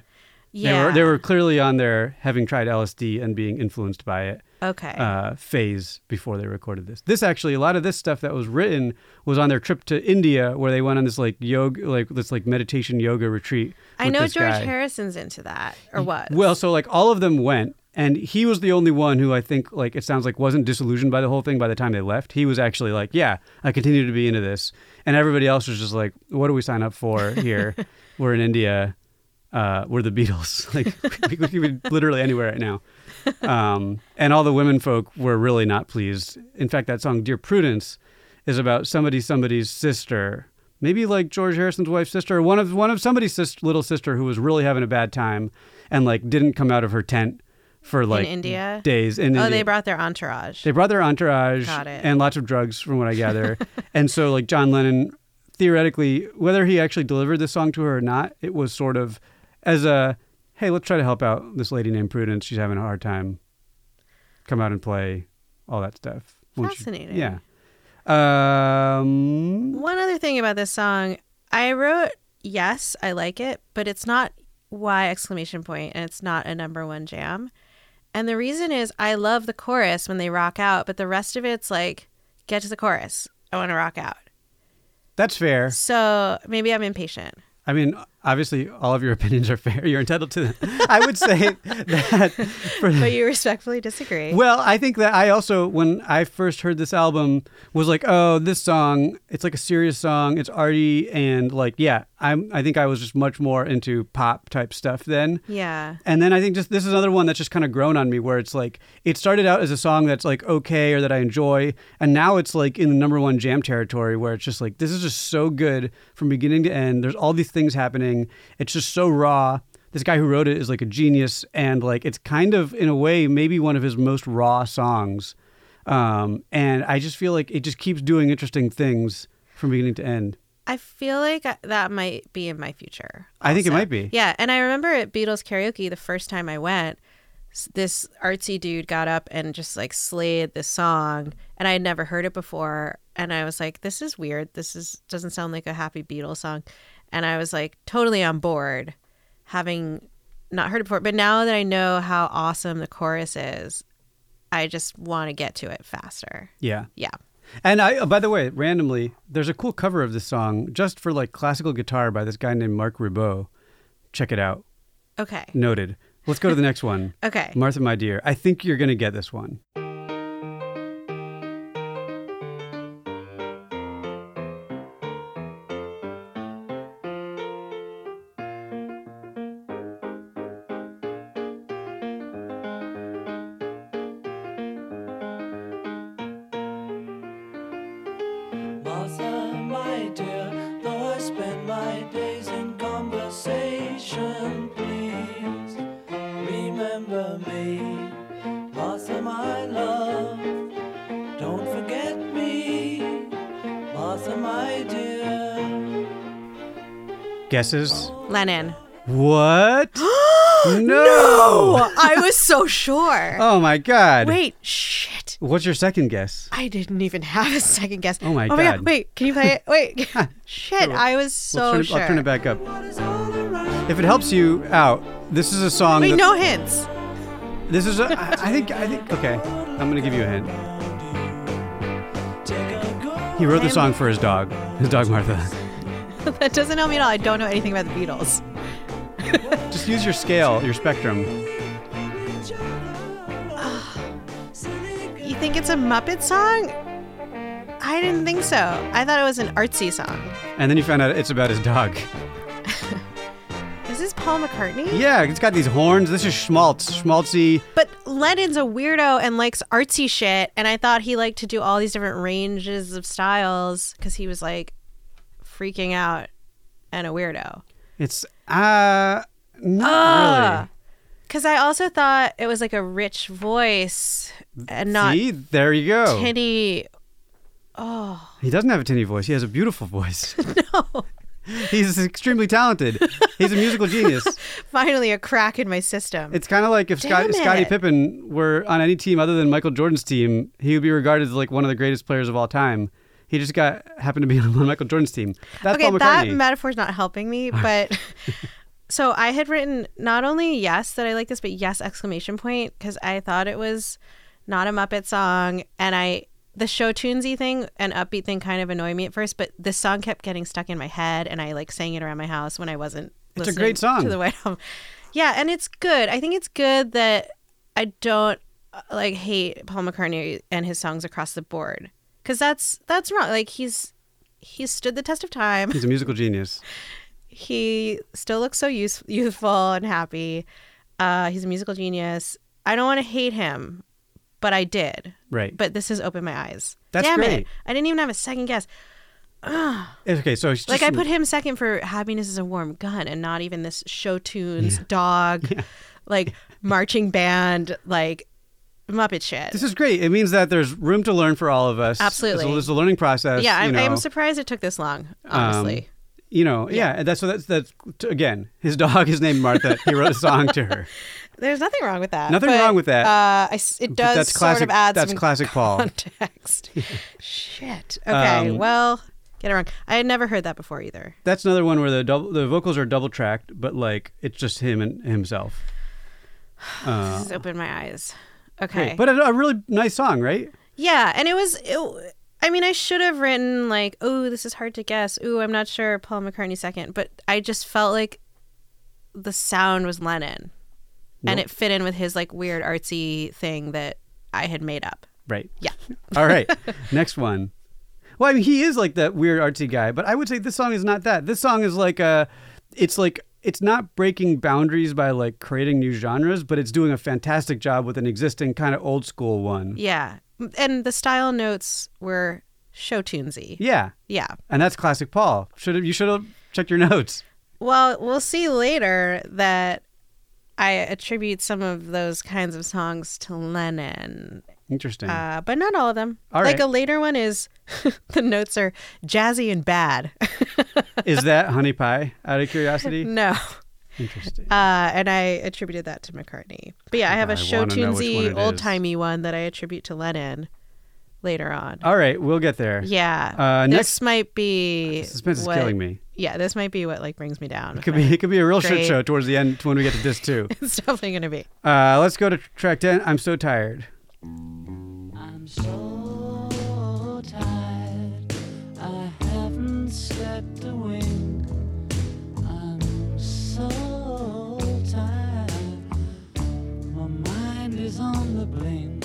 Yeah. They were they were clearly on their having tried LSD and being influenced by it. Okay. uh, phase before they recorded this. This actually, a lot of this stuff that was written was on their trip to India, where they went on this like yoga, like this like meditation yoga retreat. I with know this George guy. Harrison's into that, or was. Well, so like all of them went, and he was the only one who I think like it sounds like wasn't disillusioned by the whole thing by the time they left. He was actually like, yeah, I continue to be into this, and everybody else was just like, what do we sign up for here? we're in India. Uh, we're the Beatles. *laughs* Like we could be literally anywhere right now. Um, and all the women folk were really not pleased. In fact, that song "Dear Prudence" is about somebody somebody's sister, maybe like George Harrison's wife's sister, or one of one of somebody's sis- little sister who was really having a bad time and like didn't come out of her tent for like India? days. In oh, India. they brought their entourage. They brought their entourage Got it. and lots of drugs, from what I gather. *laughs* and so, like John Lennon, theoretically, whether he actually delivered this song to her or not, it was sort of as a, hey, let's try to help out this lady named Prudence. She's having a hard time. Come out and play, all that stuff. Won't you- Fascinating. yeah. Um, One other thing about this song, I wrote yes, I like it, but it's not why exclamation point, and it's not a number one jam. And the reason is I love the chorus when they rock out, but the rest of it's like get to the chorus. I want to rock out. that's fair. So maybe I'm impatient. I mean, obviously, all of your *laughs* opinions are fair. You're entitled to them. I would say that for But *laughs* you respectfully disagree. Well, I think that I also, when I first heard this album, was like, oh, this song, it's like a serious song. It's arty and like, yeah, I'm. I think I was just much more into pop type stuff then. yeah. And then I think just this is another one that's just kind of grown on me, where it's like it started out as a song that's like okay or that I enjoy, and now it's like in the number one jam territory, where it's just like this is just so good from beginning to end. There's all these things happening. It's just so raw. This guy who wrote it is like a genius, and like it's kind of in a way maybe one of his most raw songs. Um, and I just feel like it just keeps doing interesting things from beginning to end. I feel like I- that might be in my future. I think it also. might be. Yeah, and I remember at Beatles karaoke the first time I went, s- this artsy dude got up and just like slayed this song, and I had never heard it before, and I was like, "This is weird. This is doesn't sound like a happy Beatles song," and I was like totally on board, having not heard it before. But now that I know how awesome the chorus is, I just want to get to it faster. Yeah. Yeah. And I, by the way, randomly, there's a cool cover of this song just for like classical guitar by this guy named Mark Ribot. Check it out. Okay. Noted. Let's go to the *laughs* next one. Okay. Martha, my dear, I think you're going to get this one. Martha, my dear, though I spend my days in conversation, please remember me. Martha, my love, don't forget me. Martha, my dear. Guesses? Lennon. *gasps* What? no! Oh, I was so sure. Oh my *laughs* God. Wait, shit. What's your second guess? I didn't even have a second guess. Oh my God. Wait, can you play it? *laughs* Wait. shit, I was so We'll turn it- sure. I'll turn it back up. If it helps you out, this is a song. Wait, that- no hints. *laughs* This is a. I I think. I think. Okay. I'm gonna give you a hint. He wrote the song for his dog. His dog Martha. that doesn't help me at all. I don't know anything about the Beatles. Just use your scale, your spectrum. You think it's a Muppet song? I didn't think so. I thought it was an artsy song. And then you found out it's about his dog. Is this Paul McCartney? Yeah, it's got these horns. This is schmaltz, schmaltzy. But Lennon's a weirdo and likes artsy shit, and I thought he liked to do all these different ranges of styles because he was like freaking out and a weirdo. It's uh not Ah. Because I also thought it was like a rich voice and really. not See, Oh. there you go. tinny. He doesn't have a tinny voice. He has a beautiful voice. *laughs* no. He's extremely talented. He's a *laughs* musical genius. Finally, a crack in my system. It's kind of like if Scott, Damn Scottie it. Pippen were on any team other than Michael Jordan's team, he would be regarded as like one of the greatest players of all time. He just got happened to be *laughs* on Michael Jordan's team. That's okay, Paul that McCartney. metaphor's not helping *sighs* me, but so I had written not only yes that I like this, but yes exclamation point because I thought it was not a Muppet song, and I the show tunesy thing and upbeat thing kind of annoyed me at first, but this song kept getting stuck in my head, and I like sang it around my house when I wasn't. It's a listening great song. to the White Album. Yeah, and it's good. I think it's good that I don't uh, like hate Paul McCartney and his songs across the board because that's that's wrong. Like he's he's stood the test of time. He's a musical genius. He still looks so use- youthful and happy. Uh, he's a musical genius. I don't want to hate him, but I did. Right. But this has opened my eyes. That's Damn great. it! I didn't even have a second guess. It's okay, so it's Like just- I put him second for "Happiness Is a Warm Gun" and not even this show tunes dog, like marching band, like Muppet shit. This is great. It means that there's room to learn for all of us. Absolutely. It's a- There's a learning process. yeah, you I'm, know, Um, I'm surprised it took this long. Honestly. You know, yeah. and That's so that's that's t- again. His dog is named Martha. he wrote a song to *laughs* her. There's nothing wrong with that. Nothing but, wrong with that. Uh, I s it But does that's classic. sort of add that's some classic Paul. *laughs* context. Shit. Okay. Um, well, get it wrong. I had never heard that before either. That's another one where the double, the vocals are double tracked, but like it's just him and himself. this has opened my eyes. Great. Okay. Uh, But a, a really nice song, right? yeah, and it was. It, I mean, I should have written like, "Oh, this is hard to guess." Ooh, I'm not sure. Paul McCartney second, but I just felt like the sound was Lennon, and it fit in with his like weird artsy thing that I had made up. Right. Yeah. All right. *laughs* Next one. Well, I mean, he is like that weird artsy guy, but I would say this song is not that. This song is like a, it's like it's not breaking boundaries by like creating new genres, but it's doing a fantastic job with an existing kind of old school one. Yeah, and the style notes were show tunesy. Yeah, Yeah. and that's classic Paul. Should have you should have checked your notes. Well, we'll see later that I attribute some of those kinds of songs to Lennon, Interesting. uh, but not all of them. Hmm. All like right. a later one is *laughs* the notes are jazzy and bad. *laughs* is that Honey Pie? Out of *laughs* curiosity. no. Interesting. Uh, and I attributed that to McCartney. But yeah, I have I a show wanna know which one it tunesy, is. old timey one that I attribute to Lennon later on. All right, we'll get there. yeah. Uh, this next- might be. Suspense is what- killing me. Yeah, this might be what like brings me down. It could be it could be a real Great. shit show towards the end when we get to this too. *laughs* it's definitely going to be. Uh, let's go to track ten. I'm so tired. I'm so tired. I haven't slept a wink. I'm so tired. My mind is on the blink.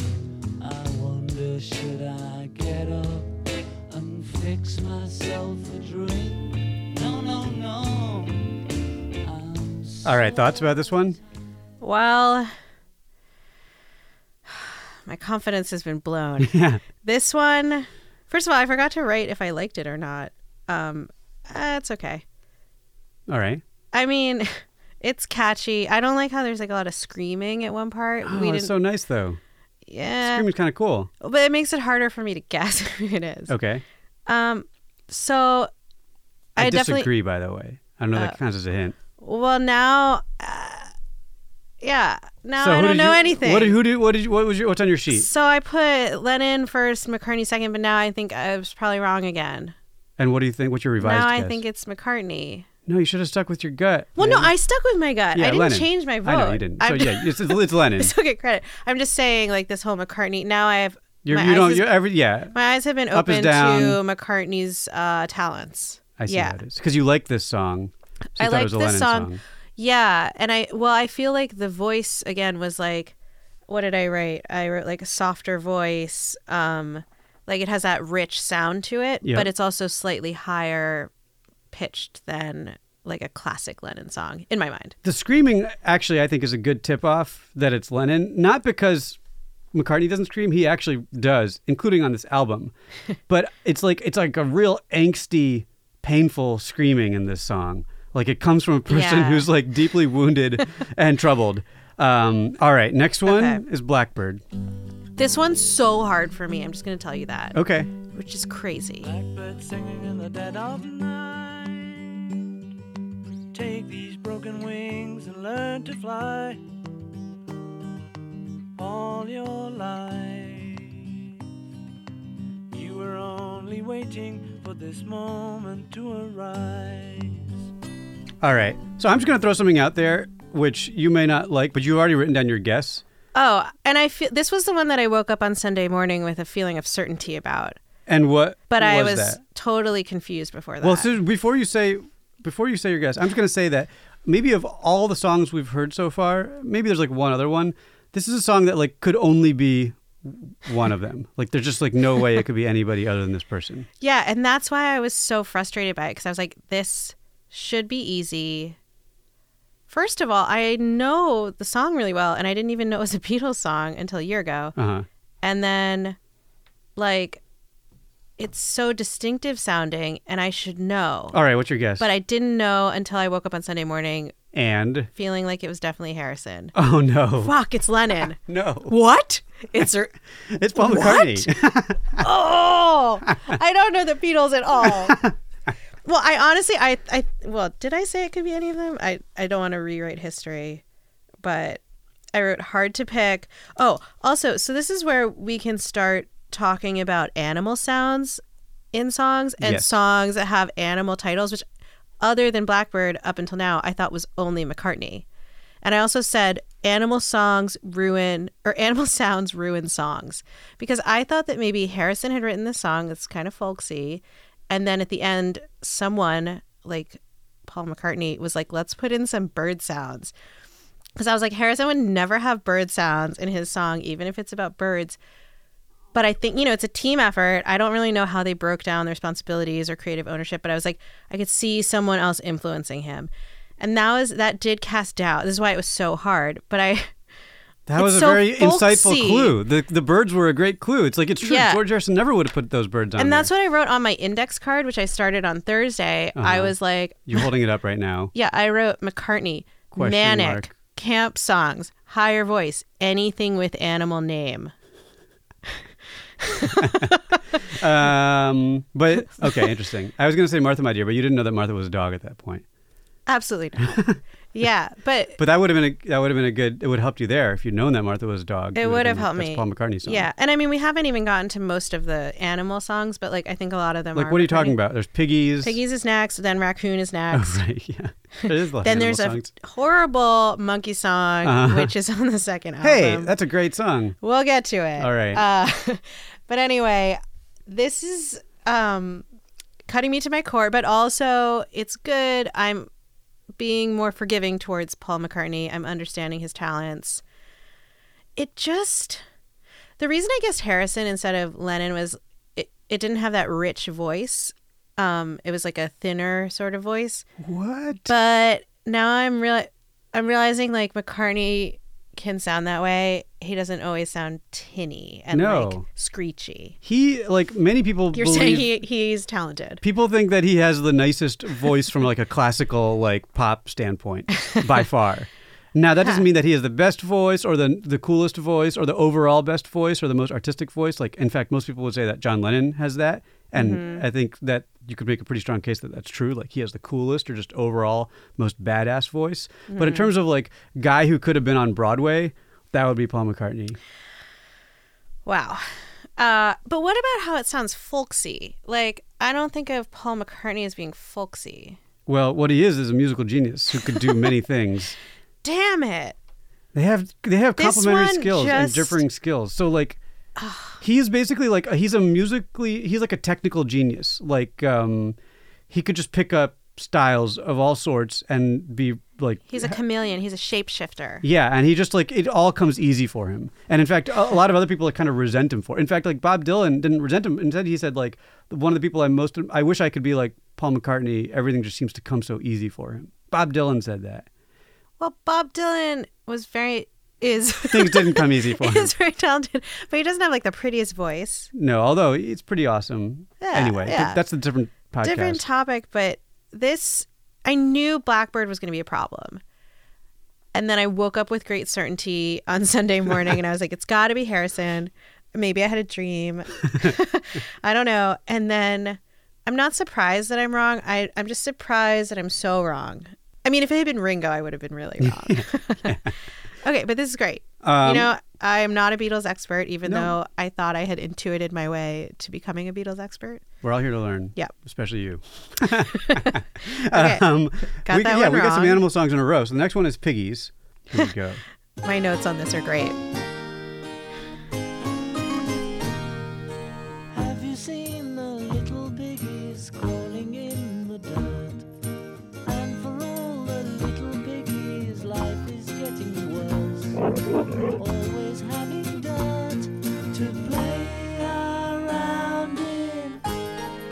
I wonder should I get up and fix myself a drink? No, no, no. I'm so All right, thoughts about this one? *laughs* Well, *sighs* my confidence has been *laughs* blown. Yeah. this one, first of all, I forgot to write if I liked it or not. Um, uh, it's okay. All right. I mean, *laughs* it's catchy. I don't like how there's like a lot of screaming at one part. Oh, we it's didn't. Uh, so nice though. yeah, Screaming's kind of cool. but it makes it harder for me to *laughs* guess who it is. Okay. Um, so I, I, disagree, definitely Oh. by the way. I don't know that counts as a hint. well now. Uh, yeah, now I who don't did know you- anything. What did who did what did you, what was your, what's on your sheet? So I put Lennon first, McCartney second, but now I think I was probably wrong again. And what do you think? What's your revised? now I guess? think it's McCartney. no, you should have stuck with your gut. Well, no, man. I stuck with my gut. yeah, I didn't Lennon. change my vote. I know you didn't. So I'm- *laughs* yeah, it's, it's, it's Lennon. I still get credit. I'm just saying, like this whole McCartney. Now I have You're, my you eyes don't. is- You're every yeah. my eyes have been Up is open to down. McCartney's uh, talents. I see Yeah. how it is. Because you like this song. so you I thought it was liked a this Lennon song. Yeah, and I well, I feel like the voice again was like, what did I write? I wrote like a softer voice. Um, like it has that rich sound to it, Yeah. but it's also slightly higher pitched than like a classic Lennon song in my mind. The screaming actually, I think, is a good tip off that it's Lennon. Not because McCartney doesn't scream; he actually does, including on this *laughs* album. but it's like it's like a real angsty, painful screaming in this song. Like it comes from a person Yeah. who's like *laughs* deeply wounded and troubled. Um, all right, next one Okay. is Blackbird. This one's so hard for me. I'm just gonna tell you that, Okay, which is crazy. Blackbird singing in the dead of night. Take these broken wings and learn to fly all your life. You were only waiting for this moment to arise. all right. So I'm just gonna throw something out there, which you may not like, but you've already written down your guess. Oh, and I feel this was the one that I woke up on Sunday morning with a feeling of certainty about, And what? but I was was that? totally confused before that. Well, so before you say before you say your guess, I'm just going to say that maybe of all the songs we've heard so far, maybe there's like one other one. This is a song that like could only be one of them. like there's just like no way it could be anybody other than this person. Yeah, and that's why I was so frustrated by it because I was like, this should be easy. First of all, I know the song really well, and I didn't even know it was a *laughs* Beatles song until a year ago. Uh-huh. And then, like, it's so distinctive sounding, and I should know. All right, what's your guess? But I didn't know until I woke up on Sunday morning and feeling like it was definitely Harrison. oh no. Fuck, it's Lennon. No. what? It's. r- It's Paul What? McCartney. Oh, I don't know the Beatles at all. Well, I honestly, I, I, well, did I say it could be any of them? I, I don't want to rewrite history, but I wrote hard to pick. Oh, also, so this is where we can start talking about animal sounds in songs and Yes. songs that have animal titles, which, other than Blackbird, up until now, I thought was only McCartney. And I also said animal songs ruin or animal *laughs* sounds ruin songs because I thought that maybe Harrison had written this song that's kind of folksy. And then at the end, someone like Paul McCartney was like, let's put in some bird sounds. Because I was like, Harrison would never have bird sounds in his song, even if it's about birds. But I think, you know, it's a team effort. I don't really know how they broke down the responsibilities or creative ownership, but I was like, I could see someone else influencing him. And that was that did cast doubt. This is why it was so hard. But I *laughs* That It's was a so very insightful folksy. clue. The the birds were a great clue. It's like it's true. Yeah. George Harrison never would have put those birds on. and that's there. what I wrote on my index card, which I started on Thursday. Uh-huh. I was like, you're holding it up right now. yeah, I wrote McCartney, Question manic, mark. camp songs, higher voice, anything with animal name. Um, but *laughs* okay, interesting. I was going to say Martha, my dear, but you didn't know that Martha was a dog at that point. Absolutely *laughs* not. yeah, but But that would have been a that would have been a good. It would have helped you there if you'd known that Martha was a dog. it You would have been- helped that's me. Paul McCartney song. Yeah, and I mean we haven't even gotten to most of the animal songs, but like I think a lot of them. Like what are you talking McCartney. about? There's piggies. Piggies is next, then raccoon is next. *laughs* Oh, *laughs* right. *laughs* Yeah. There is a lot of Then animal there's a songs. horrible monkey song, Uh-huh. which is on the second Hey, album. that's a great song. We'll get to it. All right. Uh, *laughs* but anyway, this is um, cutting me to my core, but also it's good. I'm being more forgiving towards Paul McCartney. I'm understanding his talents. It just. The reason I guessed Harrison instead of Lennon was it, it didn't have that rich voice. Um, it was like a thinner sort of voice. What? But now I'm real I'm realizing like McCartney can sound that way. He doesn't always sound tinny and No. like screechy. he like many people You're believe saying he he's talented. people think that he has the nicest voice from like a classical like pop standpoint by far. Now that doesn't mean that he has the best voice or the the coolest voice or the overall best voice or the most artistic voice. Like in fact, most people would say that John Lennon has that, and I think that you could make a pretty strong case that that's true. Like he has the coolest or just overall most badass voice. But in terms of like guy who could have been on Broadway, that would be Paul McCartney. Wow. Uh, but what about how it sounds folksy? Like I don't think of Paul McCartney as being folksy. Well, what he is is a musical genius who could do many things. Damn it. They have they have This complementary one skills and just- differing skills. So like he is basically like he's a musically he's like a technical genius. Like um he could just pick up styles of all sorts and be like He's a chameleon. He's a shapeshifter. yeah, and he just like it all comes easy for him. And in fact, a, a lot of other people like, kind of resent him for. It. In fact, like Bob Dylan didn't resent him. Instead, he said like one of the people I most I wish I could be like Paul McCartney. Everything just seems to come so easy for him. Bob Dylan said that Well, Bob Dylan was very is things didn't *laughs* come easy for him. is very talented, but he doesn't have like the prettiest voice. No, although it's pretty awesome. Yeah, anyway, th- yeah. that's a different podcast. Different topic, but this I knew Blackbird was going to be a problem. And then I woke up with great certainty on *laughs* Sunday morning and I was like it's got to be Harrison. Maybe I had a *laughs* dream. *laughs* I don't know. And then I'm not surprised that I'm wrong. I I'm just surprised that I'm so wrong. I mean, if it had been Ringo, I would have been really wrong. *laughs* *laughs* okay, but this is great. you Um, know, I am not a Beatles expert, even No. though I thought I had intuited my way to becoming a Beatles expert. We're all here to learn. Yep. *laughs* Especially you. Okay. Um, Got we, that yeah, one we got some wrong. animal songs in a row. So the next one is piggies. Here we go. My notes on this are great. Have you seen the little piggies crawling in the dirt? And for all the little piggies, life is getting worse. Always having dirt to play around in.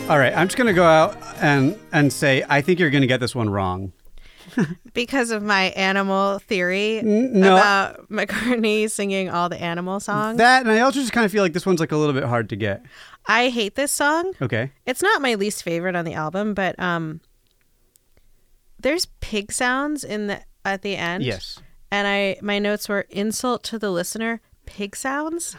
All right, I'm just gonna go out and and say I think you're gonna get this one wrong. Because of my animal theory N- Mm, no. about *laughs* McCartney singing all the animal songs. That and I also just kind of feel like this one's like a little bit hard to get. I hate this song. Okay. It's not my least favorite on the album, but um there's pig sounds in the at the end. Yes. And I my notes were insult to the listener, pig sounds.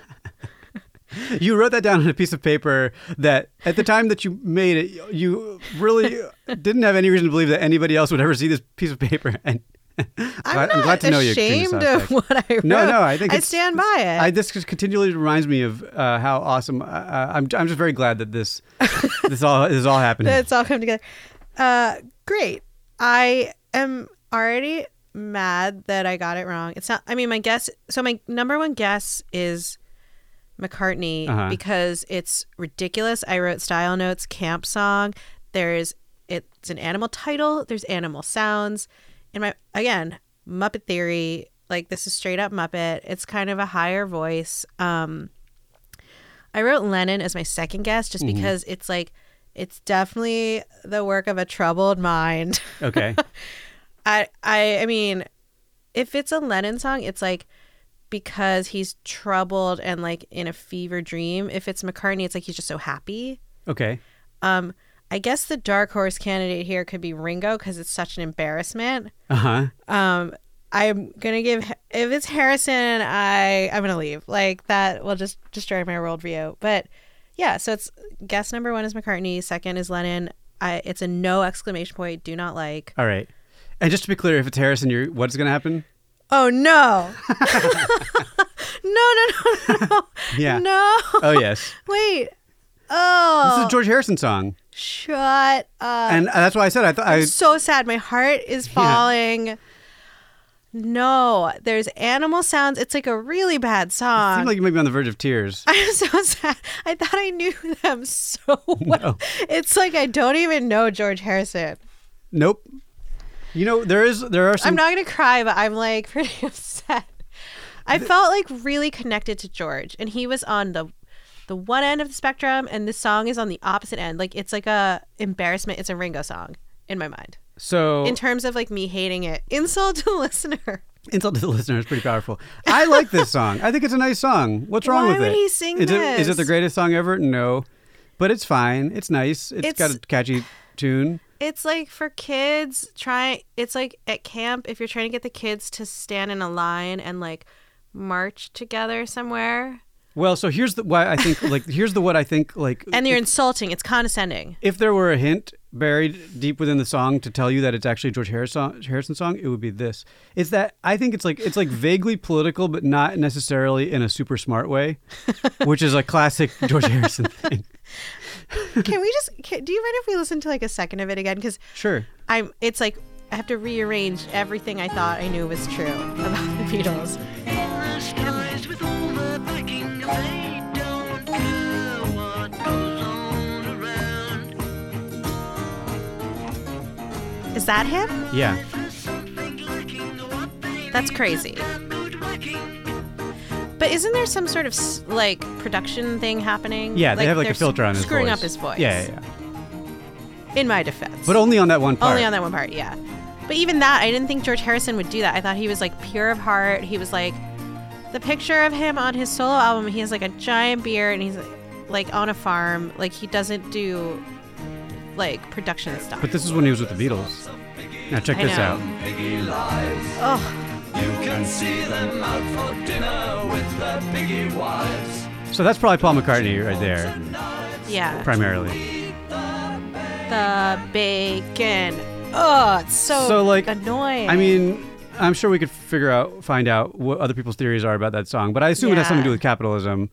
You wrote that down on a piece of paper that at the time that you made it, you *laughs* really didn't have any reason to believe that anybody else would ever see this piece of paper. And I'm, glad- not glad to know you, Christina ashamed of Sostek. what I wrote. No, no, I think I it's- stand by it. I this just continually reminds me of uh, how awesome. Uh, I'm I'm just very glad *laughs* that this this all this is all happening. That's *laughs* all come together. Uh, great. I am already mad that I got it wrong. It's not. I mean, my guess. So my number one guess is McCartney Uh-huh. because it's ridiculous. I wrote style notes, camp song. There's it's an animal title. There's animal sounds, and my again Muppet Theory. Like this is straight up Muppet. It's kind of a higher voice. Um, I wrote Lennon as my second guess just because it's like it's definitely the work of a troubled mind. *laughs* okay. I I I mean, if it's a Lennon song, it's like because he's troubled and like in a fever dream. If it's McCartney, it's like he's just so happy. Okay. Um I guess the dark horse candidate here could be Ringo because it's such an embarrassment. Uh huh. Um, I'm gonna give if it's Harrison, I I'm gonna leave. Like that will just destroy my worldview. But yeah, so it's guess number one is McCartney, second is Lennon. I it's a no exclamation point. Do not like. All right. And just to be clear, if it's Harrison, you're what's gonna happen? Oh no! *laughs* no no no no Yeah. no! Oh yes. Wait. This is Oh, a George Harrison song, shut up! and uh, that's why I said I thought I. so sad. My heart is falling. No, there's animal sounds. It's like a really bad song. seemed like you might be on the verge of tears. *laughs* I'm so sad. I thought I knew them so well. No. It's like I don't even know George Harrison. Nope. You know there is there are some. I'm not gonna cry, but I'm like *laughs* pretty upset. I felt like really connected to George, and he was on the the one end of the spectrum, and this song is on the opposite end. Like it's like a embarrassment. It's a Ringo song in my mind, so in terms of like me hating it. *laughs* Insult to the listener. insult to the *laughs* listener is pretty powerful. I like this song. I think it's a nice song. What's wrong Why with would it? he sing is it is it this? the greatest song ever? No, but it's fine. It's nice. it's got It's- a catchy tune. It's like for kids trying it's like at camp if you're trying to get the kids to stand in a line and like march together somewhere Well, so here's the why I think like here's the what I think like and you're insulting, it's condescending. if there were a hint buried deep within the song to tell you that it's actually a George Harrison Harrison song, it would be this. It's that I think it's like it's like vaguely political, but not necessarily in a super smart way, which is a classic George Harrison thing. Can we just can, do you mind if we listen to like a second of it again cuz Sure. I'm it's like I have to rearrange everything I thought I knew was true about the Beatles. Forest skies with overpacking, they don't care what goes on around. that him? Yeah. That's crazy. But isn't there some sort of s- like production thing happening? Yeah, they have like they're a s- filter on his screwing voice. up his voice. Yeah, yeah, yeah. In my defense, But only on that one part. only on that one part. Yeah. But even that, I didn't think George Harrison would do that. I thought he was like pure of heart. He was like the picture of him on his solo album. He has like a giant beard and he's like on a farm. Like he doesn't do like production stuff. But this is when he was with the Beatles. Now check I this know. out. oh, So that's probably Paul McCartney right there, yeah. primarily. the bacon. Oh, it's so So, like, annoying. I mean, I'm sure we could figure out, find out what other people's theories are about that song, but I assume it has something to do Yeah. with capitalism,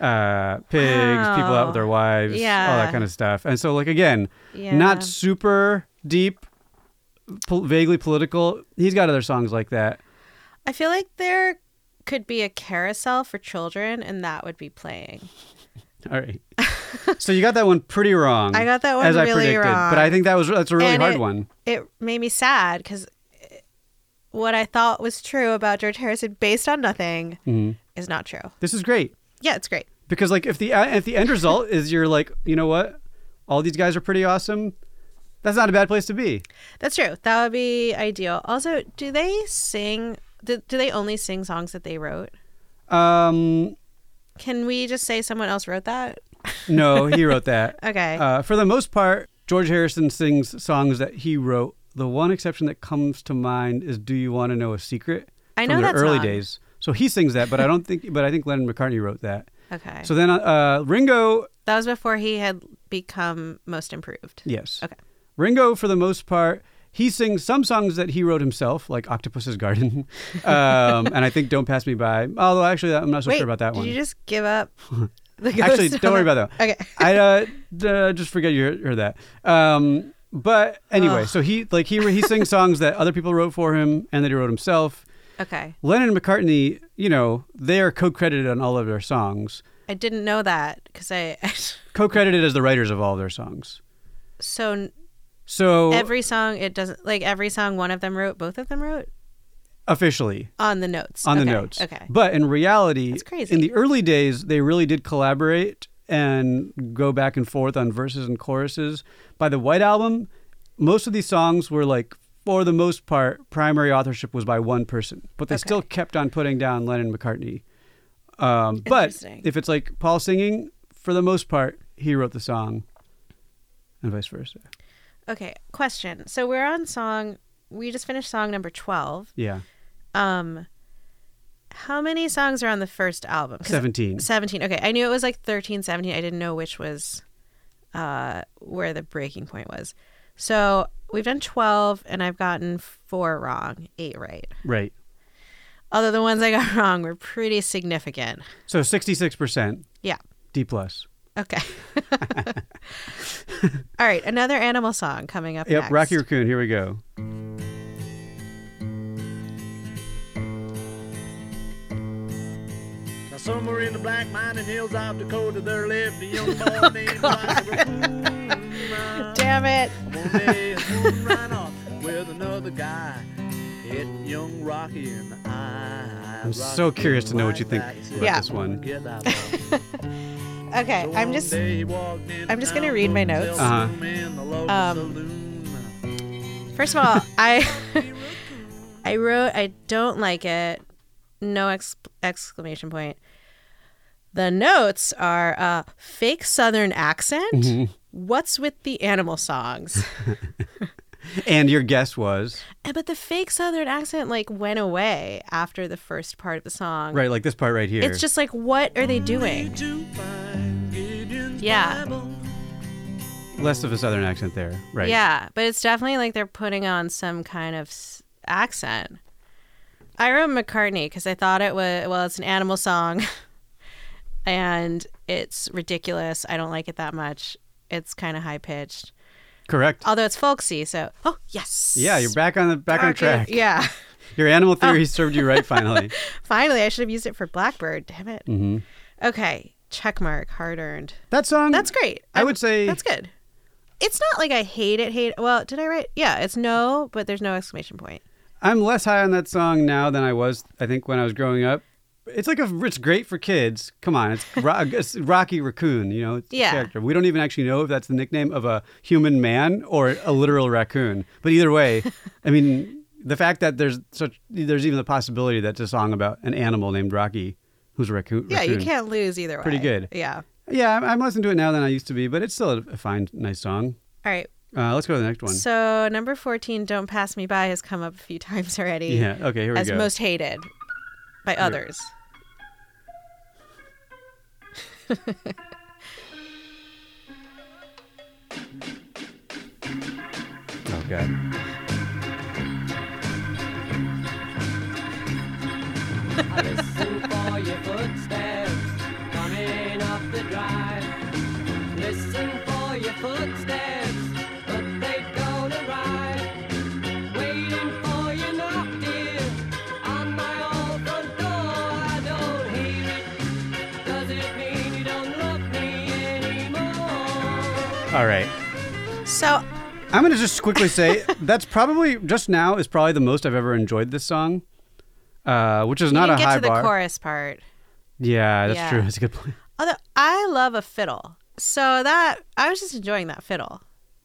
uh, pigs, people out with their wives, all that Yeah. kind of stuff. And so, like again, Yeah. not super deep, pol- vaguely political. He's got other songs like that. I feel like there could be a carousel for children, and that would be playing. All *laughs* right. so you got that one pretty wrong. I got that one as I really predicted, wrong. but I think that was that's a really And hard it- one. It made me sad because what I thought was true about George Harrison, based on nothing, Mm-hmm. is not true. This is great. Yeah, it's great. because like if the uh, if the end result is you're like you know what all these guys are pretty awesome that's not a bad place to be That's true. That would be ideal. Also, do they sing? Do, do they only sing songs that they wrote? um Can we just say someone else wrote that? no he wrote that *laughs* Okay. uh, for the most part george harrison sings songs that he wrote the one exception that comes to mind is do you want to know a secret I know from their that early song. days so he sings that but i don't think but i think lennon mccartney wrote that *laughs* okay. so then uh ringo that was before he had become most improved. yes Okay. Ringo, for the most part, he sings some songs that he wrote himself, like Octopus's Garden, *laughs* um, and I think Don't Pass Me By. Although, actually, I'm not so Wait, sure about that did one. you just give up? The ghost *laughs* *laughs* actually, on don't worry that? about that. one. Okay. I uh, d- uh, just forget you heard, heard that. Um, but anyway, so he like he he sings songs that other people wrote for him and that he wrote himself. Okay. Lennon and McCartney, you know, they are co-credited on all of their songs, I didn't know that because I. *laughs* co-credited as the writers of all their songs. so n- So every song, it doesn't like every song one of them wrote, both of them wrote officially, on the notes. on the Okay, notes. Okay. But in reality, That's crazy. in the early days, they really did collaborate and go back and forth on verses and choruses. By the White Album, most of these songs were like, for the most part, primary authorship was by one person, but they still kept on putting down Lennon McCartney. Um, but Interesting. if it's like Paul singing, for the most part, he wrote the song and vice versa. okay. Question. So we're on song. We just finished song number twelve. Yeah. Um, how many songs are on the first album? 'Cause- 17. Seventeen. Okay, I knew it was like 13, 17. I didn't know which was uh, where the breaking point was. So we've done twelve, and I've gotten four wrong, eight right. Right. Although the ones I got *laughs* wrong were pretty significant. So 66% Yeah. D plus. Okay. *laughs* All right, another animal song coming up. Yep, next. Rocky Raccoon, here we go. Now somewhere in the black mining hills of Dakota, there lived a young *laughs* boy named Rocky Raccoon. Oh, Damn it! One day his woman ran off with another guy, hit young Rocky in the eye. I'm so curious to know what you think about Yeah. this one. Okay, *laughs* I'm just. I'm just gonna read my notes. Uh-huh. Um, First of all, I *laughs* I wrote I don't like it. No ex- exclamation point. The notes are uh, fake Southern accent. What's with the animal songs? And your guess was Eh, but the fake Southern accent like went away after the first part of the song. right, like this part right here. It's just like, what are they doing? Yeah. less of a southern accent there, right? Yeah, but it's definitely like they're putting on some kind of s- accent. I wrote McCartney because I thought it was well, it's an animal song, *laughs* and it's ridiculous. I don't like it that much. It's kind of high pitched, correct. although it's folksy. So, oh yes, yeah, you're back on the back on Okay, track. Yeah, *laughs* Oh. Your animal theory served you right finally. finally, I should have used it for Blackbird. Damn it. Mm-hmm. Okay, check mark, hard earned. That song, That's great. I I'm- would say- that's good. It's not like I hate it, hate Well, did I write? Yeah, it's no, but there's no exclamation point. I'm less high on that song now than I was, I think, when I was growing up. It's like a, it's great for kids. Come on, *laughs* it's, Ro- it's Rocky Raccoon, you know, it's a Yeah. character. We don't even actually know if that's the nickname of a human man or a literal raccoon. But *laughs* either way, I mean, the fact that there's such, there's even the possibility that it's a song about an animal named Rocky, who's a raccoon. Yeah, you raccoon. can't lose either way. Pretty good. Yeah. Yeah, I'm, I'm less into it now than I used to be, but it's still a fine, nice song. All right. Uh, let's go to the next one. So number fourteen, "Don't Pass Me By" has come up a few *laughs* times already. yeah. Okay. Here we as go. most hated by others. Oh god. I listen for your footsteps coming up the drive. Listen for your footsteps, but they don't arrive. Waiting for your knock, dear, on my old front door. I don't hear it. Does it mean you don't love me anymore? All right. So I'm gonna just *laughs* quickly say that's probably just now is probably the most I've ever enjoyed this song, uh, which is you not a didn't get high to the bar. chorus part. Yeah, that's Yeah. true. That's a good point. Although I love a fiddle, so that I was just enjoying that fiddle.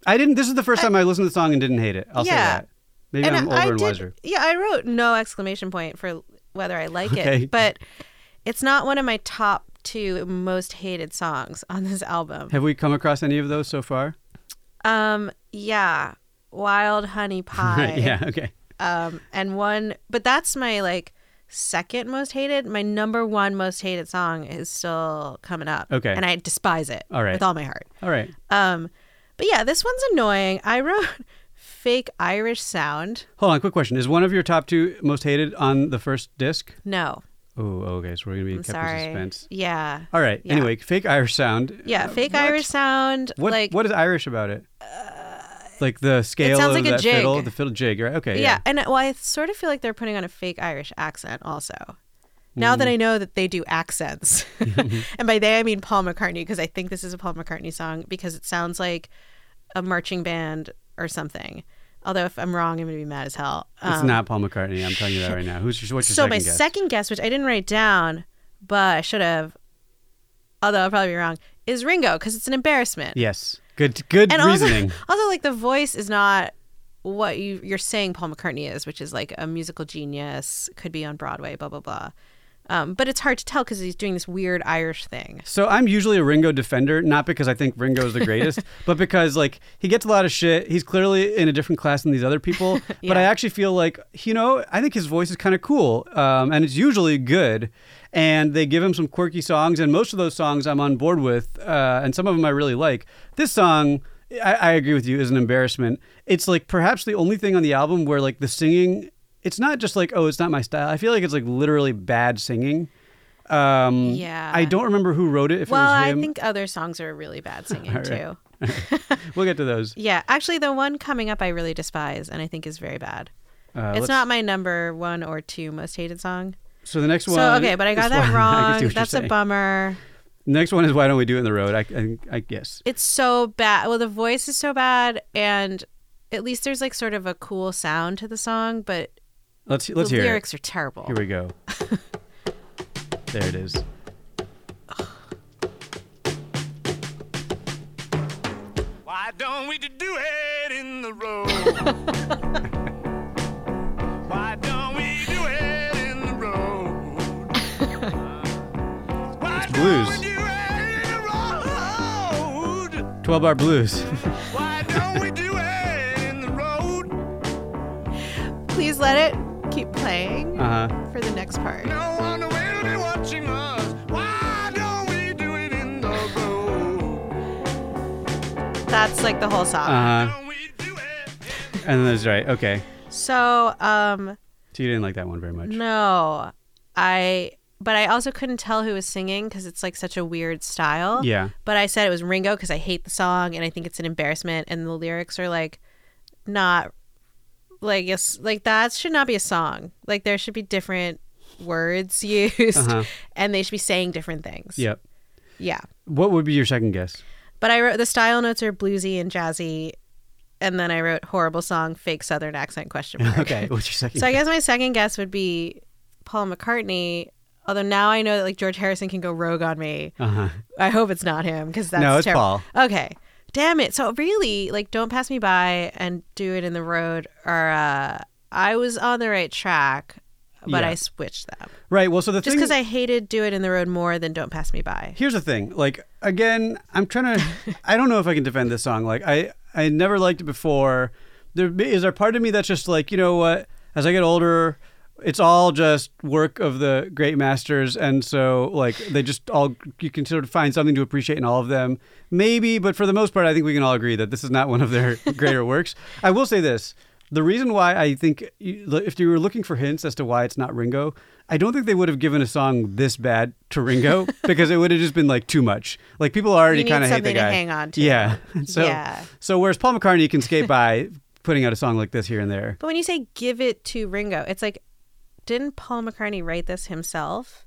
I didn't. This is the first time I listened to the song and didn't hate it. I'll Yeah. say that. Maybe I'm older I and wiser. Yeah, I wrote no exclamation point for whether I like Okay. it, but it's not one of my top two most hated songs on this *laughs* album. Have we come across any of those so far? *laughs* Um, yeah, Wild Honey Pie. Right. *laughs* Yeah. Okay. Um, and one, but that's my like second most hated. My number one most hated song is still coming up. Okay. and I despise it. All right. with all my heart. All right. Um, but yeah, this one's annoying. I *laughs* wrote fake Irish sound. Hold on. Quick question: Is one of your top two most hated on the first disc? No, Oh, okay. So we're gonna be I'm kept sorry. in suspense. Yeah. All right. Yeah. Anyway, fake Irish sound. Yeah, Uh, fake what? Irish sound. What like Uh, what is Irish about it? like the scale sounds of like a that jig. fiddle, the fiddle jig, right? Okay. yeah. and uh, well, I sort of feel like they're putting on a fake Irish accent also. Now Mm-hmm. that I know that they do *laughs* accents, *laughs* and by they I mean Paul McCartney, because I think this is a Paul McCartney song because it sounds like a marching band or something. Although if I'm wrong, I'm gonna be mad as hell. It's not Paul McCartney. I'm telling you that right now. Who's your, what's your Um, so second my guess? second guess, which I didn't write down, but I should have, although I'll probably be wrong, is Ringo because it's an embarrassment. Yes. Good good and reasoning. also, *laughs* also like the voice is not what you you're saying Paul McCartney is, which is like a musical genius, could be on Broadway, blah blah blah. Um, but it's hard to tell because he's doing this weird Irish thing. so I'm usually a Ringo defender, not because I think Ringo's the greatest, but because like he gets a lot of shit. He's clearly in a different class than these other people. But I actually feel like you know I think his voice is kind of cool, um, and it's usually good. And they give him some quirky songs, and most of those songs I'm on board with, uh, and some of them I really like. This song. I, I agree with you. Is an embarrassment. It's like perhaps the only thing on the album where like the singing. It's not just like oh, it's not my style. I feel like it's like literally bad singing. Um, Yeah. I don't remember who wrote it. If Well, it was I him, think other songs are really *laughs* bad singing All right. too. we'll get to those. Yeah, actually, the one coming up I really despise and I think is very bad. Uh, it's let's- not my number one or two most hated song. So the next one. so okay, but I got is- that *laughs* I can see wrong. what you're That's a saying. bummer. Next one is why don't we do it in the road? I, I, I guess. it's so bad. Well, the voice is so bad, and at least there's like sort of a cool sound to the song, but Let's let's the hear lyrics are it. terrible. Here *laughs* we go. there it is. Why don't we do it in the *laughs* road? Why don't we do it in the *laughs* road? Why It's blues. don't we do it in the road? Twelve bar blues. *laughs* Why don't we do it in the road? Please let it keep playing Uh huh. for the next part. No one will be watching us. Why don't we do it in the road? That's like the whole song. Uh huh. Don't we do it in the And that's right. Okay. So, um, So you didn't like that one very much. no, I. But I also couldn't tell who was singing because it's like such a weird style. Yeah. But I said it was Ringo because I hate the song and I think it's an embarrassment. And the lyrics are like not like yes, like that should not be a song. Like there should be different words *laughs* used, Uh-huh. and they should be saying different things. Yep. Yeah. What would be your second guess? But I wrote the style notes are bluesy and jazzy, and then I wrote horrible song, fake Southern accent question mark. Okay, *laughs* what's your *laughs* second? So I guess my second guess would be Paul McCartney. Although now I know that like George Harrison can go rogue on me. Uh-huh. I hope it's not him because that's No, it's terrible. Paul. Okay, damn it. So really, like, don't pass me by and do it in the road. Or uh, I was on the right track, but Yeah. I switched them Right. Well, so the just thing because I hated do it in the road more than don't pass me by. here's the thing like again i'm trying to i don't know if i can defend this song like i i never liked it before there is there part of me that's just like you know what as i get older it's all just work of the great masters and so like they just all you can sort of find something to appreciate in all of them maybe but for the most part i think we can all agree that this is not one of their greater works i will say this the reason why I think you- if you were looking for hints as to why it's not Ringo, I don't think they would have given a song this bad *laughs* to Ringo because it would have just been like too much. Like people already need kind of hate the something to guy. hang on to. Yeah. *laughs* So Yeah. so whereas Paul McCartney can skate by putting out a song like this here and there. But when you say give it to Ringo, it's like, didn't Paul McCartney write this himself?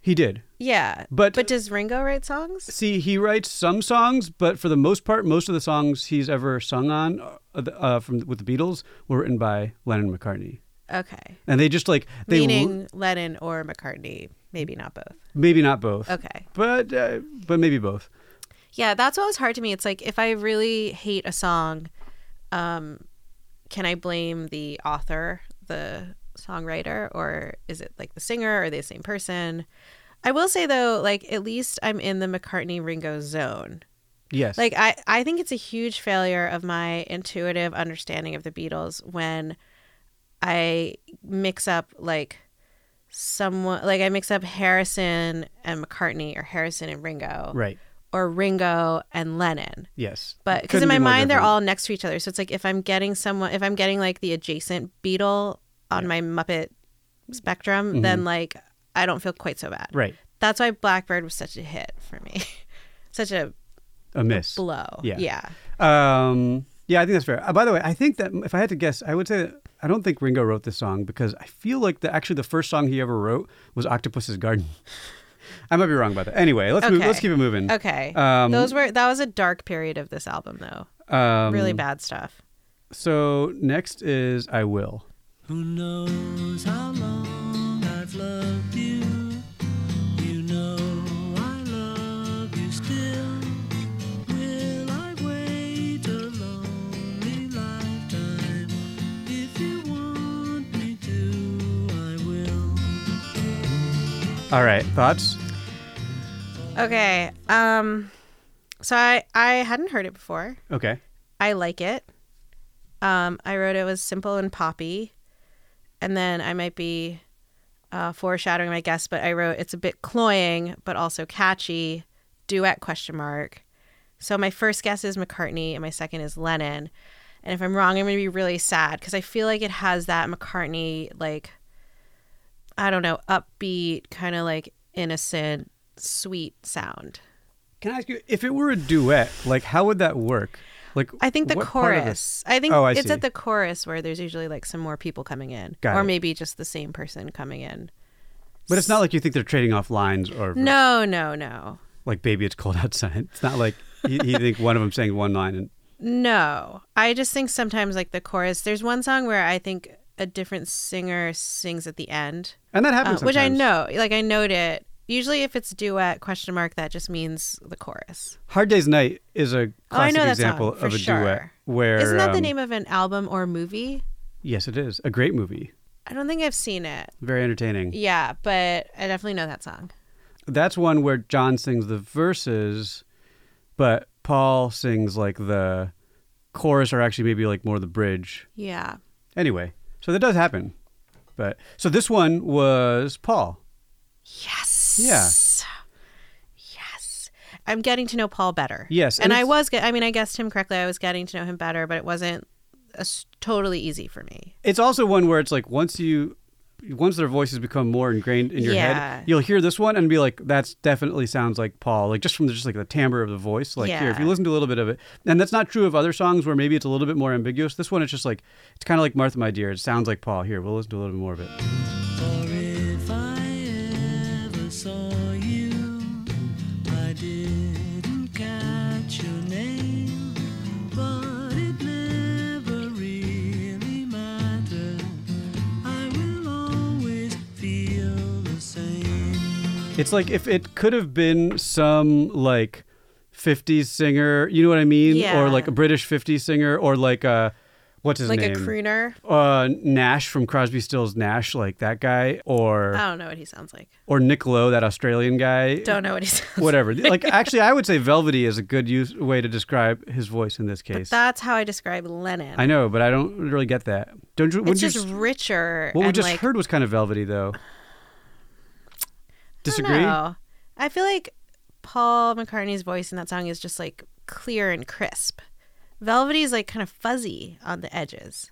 He did. Yeah, But- but does Ringo write songs? See, he writes some songs, but for the most part, most of the songs he's ever sung on uh, the- uh, from with the Beatles were written by Lennon and McCartney. Okay, And they just like they meaning Lennon or McCartney, maybe not both. maybe not both. Okay, But uh, but maybe both. yeah, that's what was hard to me. It's like if I really hate a song, um, can I blame the author, the songwriter, or is it like the singer or the same person? I will say though, like at least I'm in the McCartney Ringo zone. Yes. Like I, I think it's a huge failure of my intuitive understanding of the Beatles when I mix up like someone like I mix up Harrison and McCartney or Harrison and Ringo right. or Ringo and Lennon. Yes. But because Couldn't in my be more mind they're different. all next to each other. So it's like if I'm getting someone if I'm getting like the adjacent Beatle on my Muppet spectrum, then like I don't feel quite so bad. Mm-hmm. right. That's why Blackbird was such a hit for me. *laughs* such a A miss. blow. Yeah. Yeah. Um, yeah, I think that's fair. Uh, by the way, I think that if I had to guess, I would say that I don't think Ringo wrote this song because I feel like the actually the first song he ever wrote was Octopus's Garden. *laughs* I might be wrong about that. Anyway, let's move, Okay. let's keep it moving. Okay. Um, Those were that was a dark period of this album though. Um, Really bad stuff. So next is I Will. Who knows how long I've loved you? You know I love you still. Will I wait a lonely lifetime? If you want me to, I will. All right, thoughts? Okay. Um so I I hadn't heard it before. Okay. I like it. Um I wrote it was simple and poppy. And then I might be uh, foreshadowing my guess, but I wrote it's a bit cloying but also catchy duet question mark. So my first guess is McCartney and my second is Lennon. And if I'm wrong, I'm going to be really sad because I feel like it has that McCartney like I don't know, upbeat kind of like innocent sweet sound. Can I ask you if it were a duet, like how would that work? Like I think the what part of this- chorus. I think Oh, I it's see. at the chorus where there's usually like some more people coming in, Got or it. maybe just the same person coming in. But it's not like you think they're trading off lines or No, no, no, like "Baby, it's cold *laughs* outside." It's not like you, you think one of them saying one line and no. I just think sometimes like the chorus. There's one song where I think a different singer sings at the end, and that uh, happens. which I sometimes. know. Like I note it. Usually, if it's duet question mark, that just means the chorus. Hard Day's Night is a Oh, I classic know that example song, for of a sure. duet where Isn't that the um, name of an album or movie? Yes, it is. A great movie. I don't think I've seen it. Very entertaining. Yeah, but I definitely know that song. That's one where John sings the verses, but Paul sings like the chorus or actually maybe like more the bridge. Yeah. Anyway, so that does happen. But so this one was Paul. Yes. Yeah. Yes. I'm getting to know Paul better. Yes, and And, I it's- was, ge- I mean, I guessed him correctly. I was getting to know him better, but it wasn't a s totally easy for me. It's also one where it's like once you once their voices become more ingrained in your Yeah. head, you'll hear this one and be like, "That's definitely sounds like Paul." Like just from the, just like the timbre of the voice. Like here, if you Yeah. listen to a little bit of it, and that's not true of other songs where maybe it's a little bit more ambiguous. This one, it's just like it's kind of like Martha, my dear. It sounds like Paul. Here, we'll listen to a little bit more of it. For if I ever saw you, I didn't catch your It's like if it could have been some like 50s singer, you know what I mean? Yeah. Or like a British 50s singer or like a what's his like name? a crooner. Uh Nash from Crosby Stills Nash, like that guy or I don't know what he sounds like. or Niccolo, that Australian guy. Uh. Don't know what he sounds. like. *laughs* Whatever. like actually I would say velvety is a good use way to describe his voice in this case. That's how I describe Lennon. I know, but I don't really get that. Don't you it's wouldn't you just richer. What we and, just like, heard was kind of velvety, though. Disagree? No. I feel like Paul McCartney's voice in that song is just like clear and crisp. Velvety is like kind of fuzzy on the edges.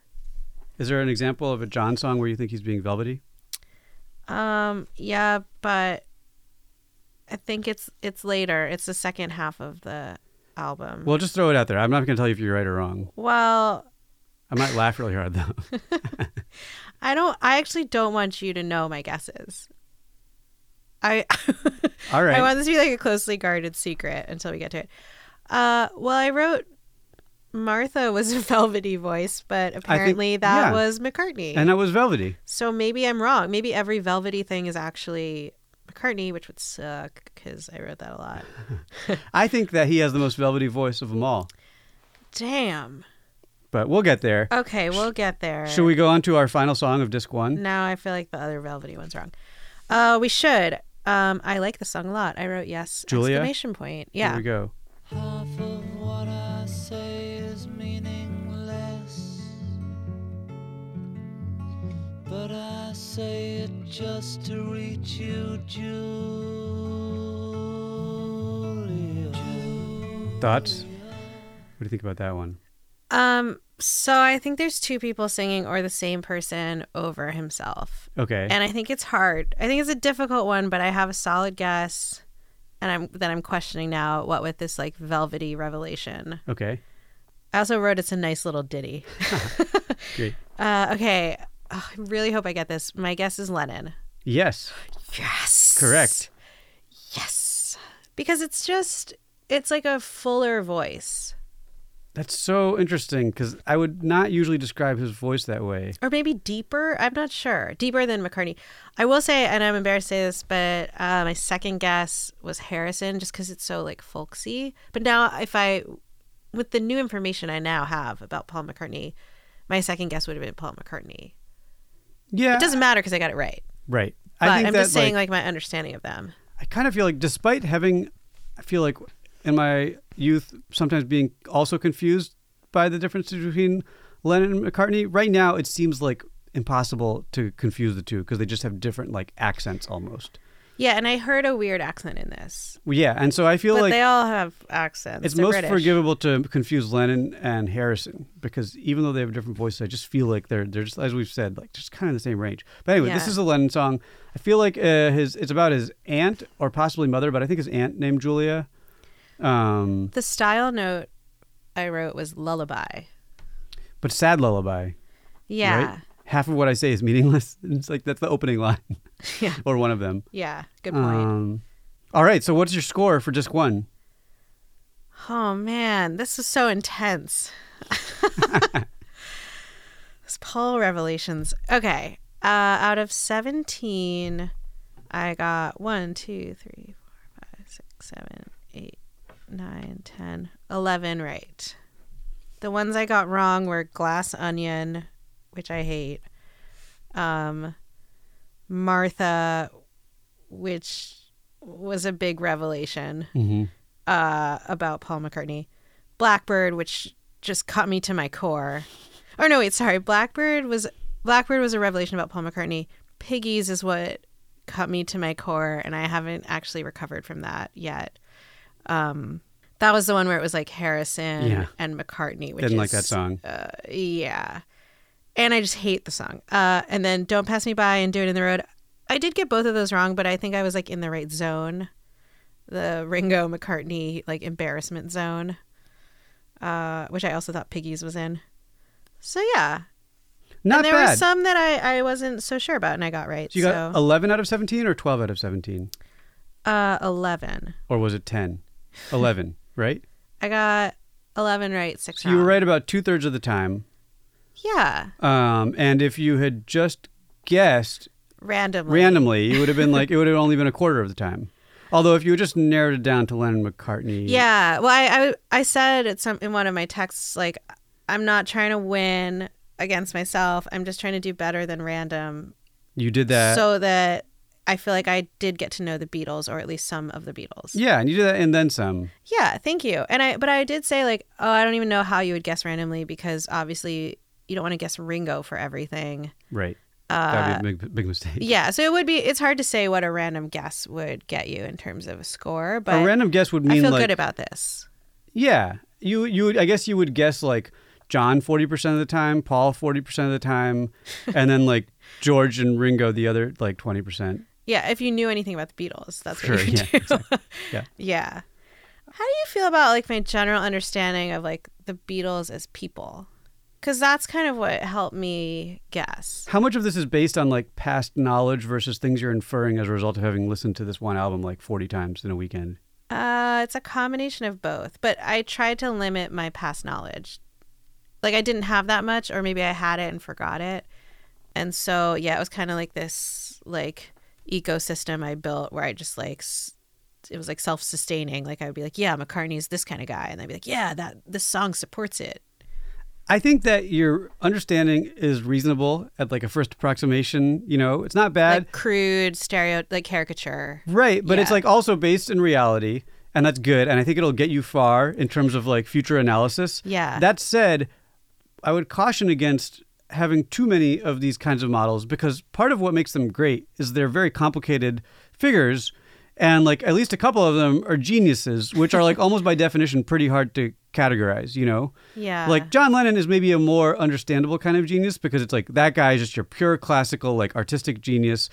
Is there an example of a John song where you think he's being velvety? Um, yeah, but I think it's it's later. It's the second half of the album. Well, Well, just throw it out there. I'm not going to tell you if you're right or wrong. I might laugh really hard, though. *laughs* I don't. I actually don't want you to know my guesses. I *laughs* All right. I want this to be like a closely guarded secret until we get to it. Uh, well, I wrote Martha was a *laughs* velvety voice, but apparently that yeah. was McCartney. and that was velvety. so maybe I'm wrong. Maybe every velvety thing is actually McCartney, which would suck because I wrote that a lot. I think that he has the most velvety voice of them all, Damn. but we'll get there. Okay, we'll get there. Should we go on to our final song of disc one? Now I feel like the other velvety one's wrong. Uh, we should. Um, I like the song a lot. I wrote yes. Julia? Exclamation point. Here Yeah. we go. Half of what I say is meaningless, but I say it just to reach you, Julia. Thoughts? What do you think about that one? Um, so I think there's two people singing or the same person over himself. Okay. And I think it's hard. I think it's a difficult one, but I have a solid guess and I'm that I'm questioning now what with this like velvety revelation. okay. I also wrote it's a nice little ditty. *laughs* *laughs* Great. Uh, okay. Ugh, I really hope I get this. My guess is Lennon. Yes. Yes. Correct. Yes. Because it's just it's like a fuller voice. That's so interesting because I would not usually describe his voice that way. or maybe deeper. I'm not sure. Deeper than McCartney. I will say, and I'm embarrassed to say this, but uh, my second guess was Harrison, just because it's so like folksy. But now, if I, with the new information I now have about Paul McCartney, my second guess would have been Paul McCartney. Yeah. It doesn't matter because I got it right. Right. But I think I'm that just saying, like, my understanding of them. I kind of feel like, despite having, I feel like in my youth, sometimes being also confused by the difference between Lennon and McCartney, right now it seems like impossible to confuse the two because they just have different like accents almost. Yeah, and I heard a weird accent in this, Well, yeah. And so I feel but like they all have accents. it's They're most British. forgivable to confuse Lennon and Harrison because even though they have different voices, I just feel like they're they're just as we've said like just kind of in the same range. But anyway, this Yeah. is a Lennon song. I feel like uh, his it's about his aunt or possibly mother, but I think his aunt named Julia. Um, The style note I wrote was lullaby. but sad lullaby. Yeah, Right? Half of what I say is meaningless. *laughs* It's like that's the opening line. Yeah. *laughs* Or one of them. yeah. Good point. Um, all right. So what's your score for disc one? Oh man, this is so intense. this Paul revelations. Okay. Uh, out of 17, I got 1, 2, 3, 4, 5, 6, 7, 8, 9, 10, 11 right. The ones I got wrong were Glass Onion, which I hate, um, Martha, which was a big revelation Mm-hmm. uh, about Paul McCartney. Blackbird, which just cut me to my core. Or no, wait, sorry. Blackbird was Blackbird was a revelation about Paul McCartney. Piggies is what cut me to my core, and I haven't actually recovered from that yet. Um, that was the one where it was like Harrison Yeah. and McCartney, which Didn't is like that song. Uh, yeah, and I just hate the song. Uh, and then "Don't Pass Me By" and "Do It in the Road." I did get both of those wrong, but I think I was like in the right zone the Ringo McCartney like embarrassment zone, uh, which I also thought Piggies was in. So yeah, Not and there bad. were some that I I wasn't so sure about, and I got right. so you got 11 out of 17 or 12 out of 17? uh, eleven. or was it 10 11 right I got eleven right, six so you were wrong. right about two-thirds of the time Yeah, um, and if you had just guessed randomly. randomly, you would have been like, it would have only been a quarter of the time. Although, if you had just narrowed it down to Lennon McCartney, Yeah. Well, I, I I said at some in one of my texts like I'm not trying to win against myself. I'm just trying to do better than random you did that. so that I feel like I did get to know the Beatles or at least some of the Beatles. yeah, and you did that and then some. Yeah, thank you. And I but I did say like, "Oh, I don't even know how you would guess randomly because obviously you don't want to guess Ringo for everything." Uh, Right. That'd be a big, big mistake. Yeah, so it would be it's hard to say what a random guess would get you in terms of a score, but a random guess would I mean feel like good about this. yeah, you you would, I guess you would guess like John forty percent of the time, Paul forty percent of the time, and then like George and Ringo the other like twenty percent. Yeah, if you knew anything about the Beatles, that's Sure, what you would yeah, do. *laughs* Yeah. yeah. How do you feel about like my general understanding of like the Beatles as people? Cuz that's kind of what helped me guess. How much of this is based on like past knowledge versus things you're inferring as a result of having listened to this one album like forty times in a weekend? Uh, it's a combination of both, but I tried to limit my past knowledge. Like I didn't have that much or maybe I had it and forgot it. And so, yeah, it was kind of like this like ecosystem I built where I just like s- it was like self-sustaining. Like I would be like, "Yeah, McCartney's this kind of guy." And I'd be like, "Yeah, that this song supports it." I think that your understanding is reasonable at like a first approximation. You know, it's not bad. Mm. Like crude stereo like caricature. Right, but it's Yeah. like also based in reality, and that's good. And I think it'll get you far in terms of like future analysis. Yeah. That said, I would caution against having too many of these kinds of models because part of what makes them great is they're very complicated figures. And like at least a couple of them are geniuses, which *laughs* are like almost by definition pretty hard to categorize, you know? Yeah. Like John Lennon is maybe a more understandable kind of genius because it's like that guy is just your pure classical, like artistic genius.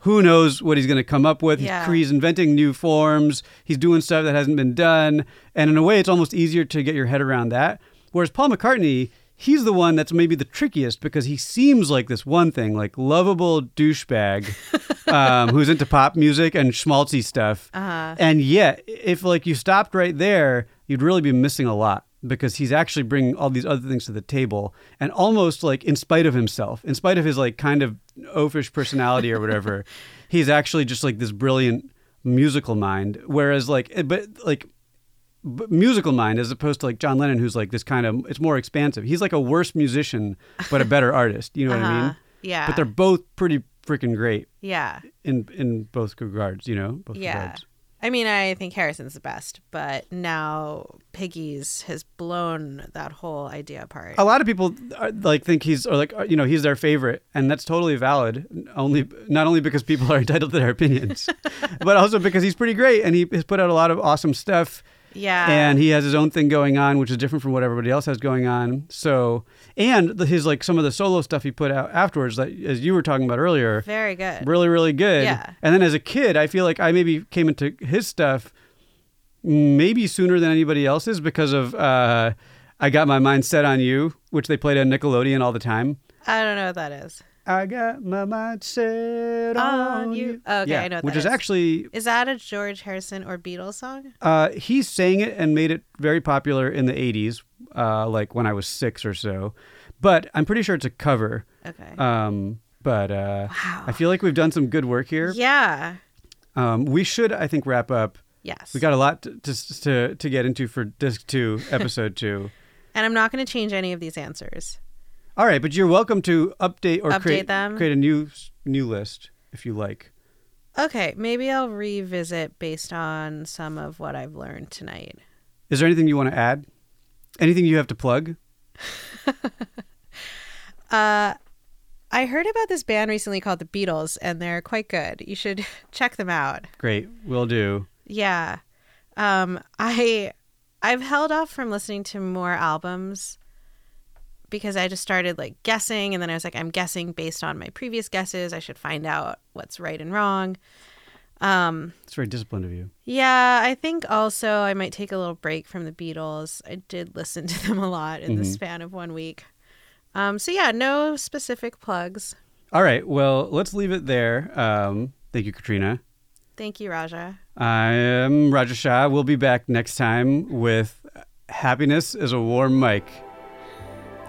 Who knows what he's going to come up with? He's Yeah. cre- He's inventing new forms. He's doing stuff that hasn't been done. And in a way, it's almost easier to get your head around that. Whereas Paul McCartney, he's the one that's maybe the trickiest because he seems like this one thing, like lovable douchebag um, who's into pop music and schmaltzy stuff. Uh-huh. And yet, if like you stopped right there, you'd really be missing a lot because he's actually bringing all these other things to the table and almost like in spite of himself in spite of his like kind of oafish personality or whatever he's actually just like this brilliant musical mind whereas like eh, but like b- musical mind as opposed to like John Lennon who's like this kind of it's more expansive he's like a worse musician but a better artist you know what I mean Uh-huh. yeah. but they're both pretty freaking great yeah. in in both regards you know both Yeah. regards I mean, I think Harrison's the best, but now Piggies has blown that whole idea apart. a lot of people are, like think he's or like uh, you know he's their favorite and that's totally valid only not only because people are *laughs* entitled to their opinions *laughs* but also because he's pretty great and he has put out a lot of awesome stuff yeah. and he has his own thing going on which is different from what everybody else has going on so and the- his like some of the solo stuff he put out afterwards that as you were talking about earlier very good. really really good Yeah. and then as a kid i feel like i maybe came into his stuff maybe sooner than anybody else's because of uh, i got my mind set on you which they played on nickelodeon all the time I don't know what that is. i got my mind set On on, you. Okay, yeah, I know what which that is is. actually Is that a George Harrison or Beatles song? Uh, he sang it and made it very popular in the 80s, uh, like when I was six or so. But I'm pretty sure it's a cover. Okay. Um, but uh, Wow. I feel like we've done some good work here. yeah. Um, we should, I think, wrap up. Yes. We got a lot to, to, to, to get into for *laughs* disc two, episode two. and I'm not going to change any of these answers. All right, but you're welcome to update or Update create, them. create a new new list if you like. Okay, maybe I'll revisit based on some of what I've learned tonight. Is there anything you want to add? Anything you have to plug? Uh, I heard about this band recently called the Beatles, and they're quite good. You should *laughs* check them out. Great, will do. Yeah. Um I I've held off from listening to more albums because I just started like guessing and then I was like I'm guessing based on my previous guesses. I should find out what's right and wrong. It's very disciplined of you. Yeah, I think also I might take a little break from the Beatles. I did listen *laughs* to them a lot in the span of one week. Um so yeah, no specific plugs. All right. Well, let's leave it there. Um, thank you, Katrina. Thank you, Raja. I am Roger Shah. We'll be back next time with Happiness is a Warm Mic.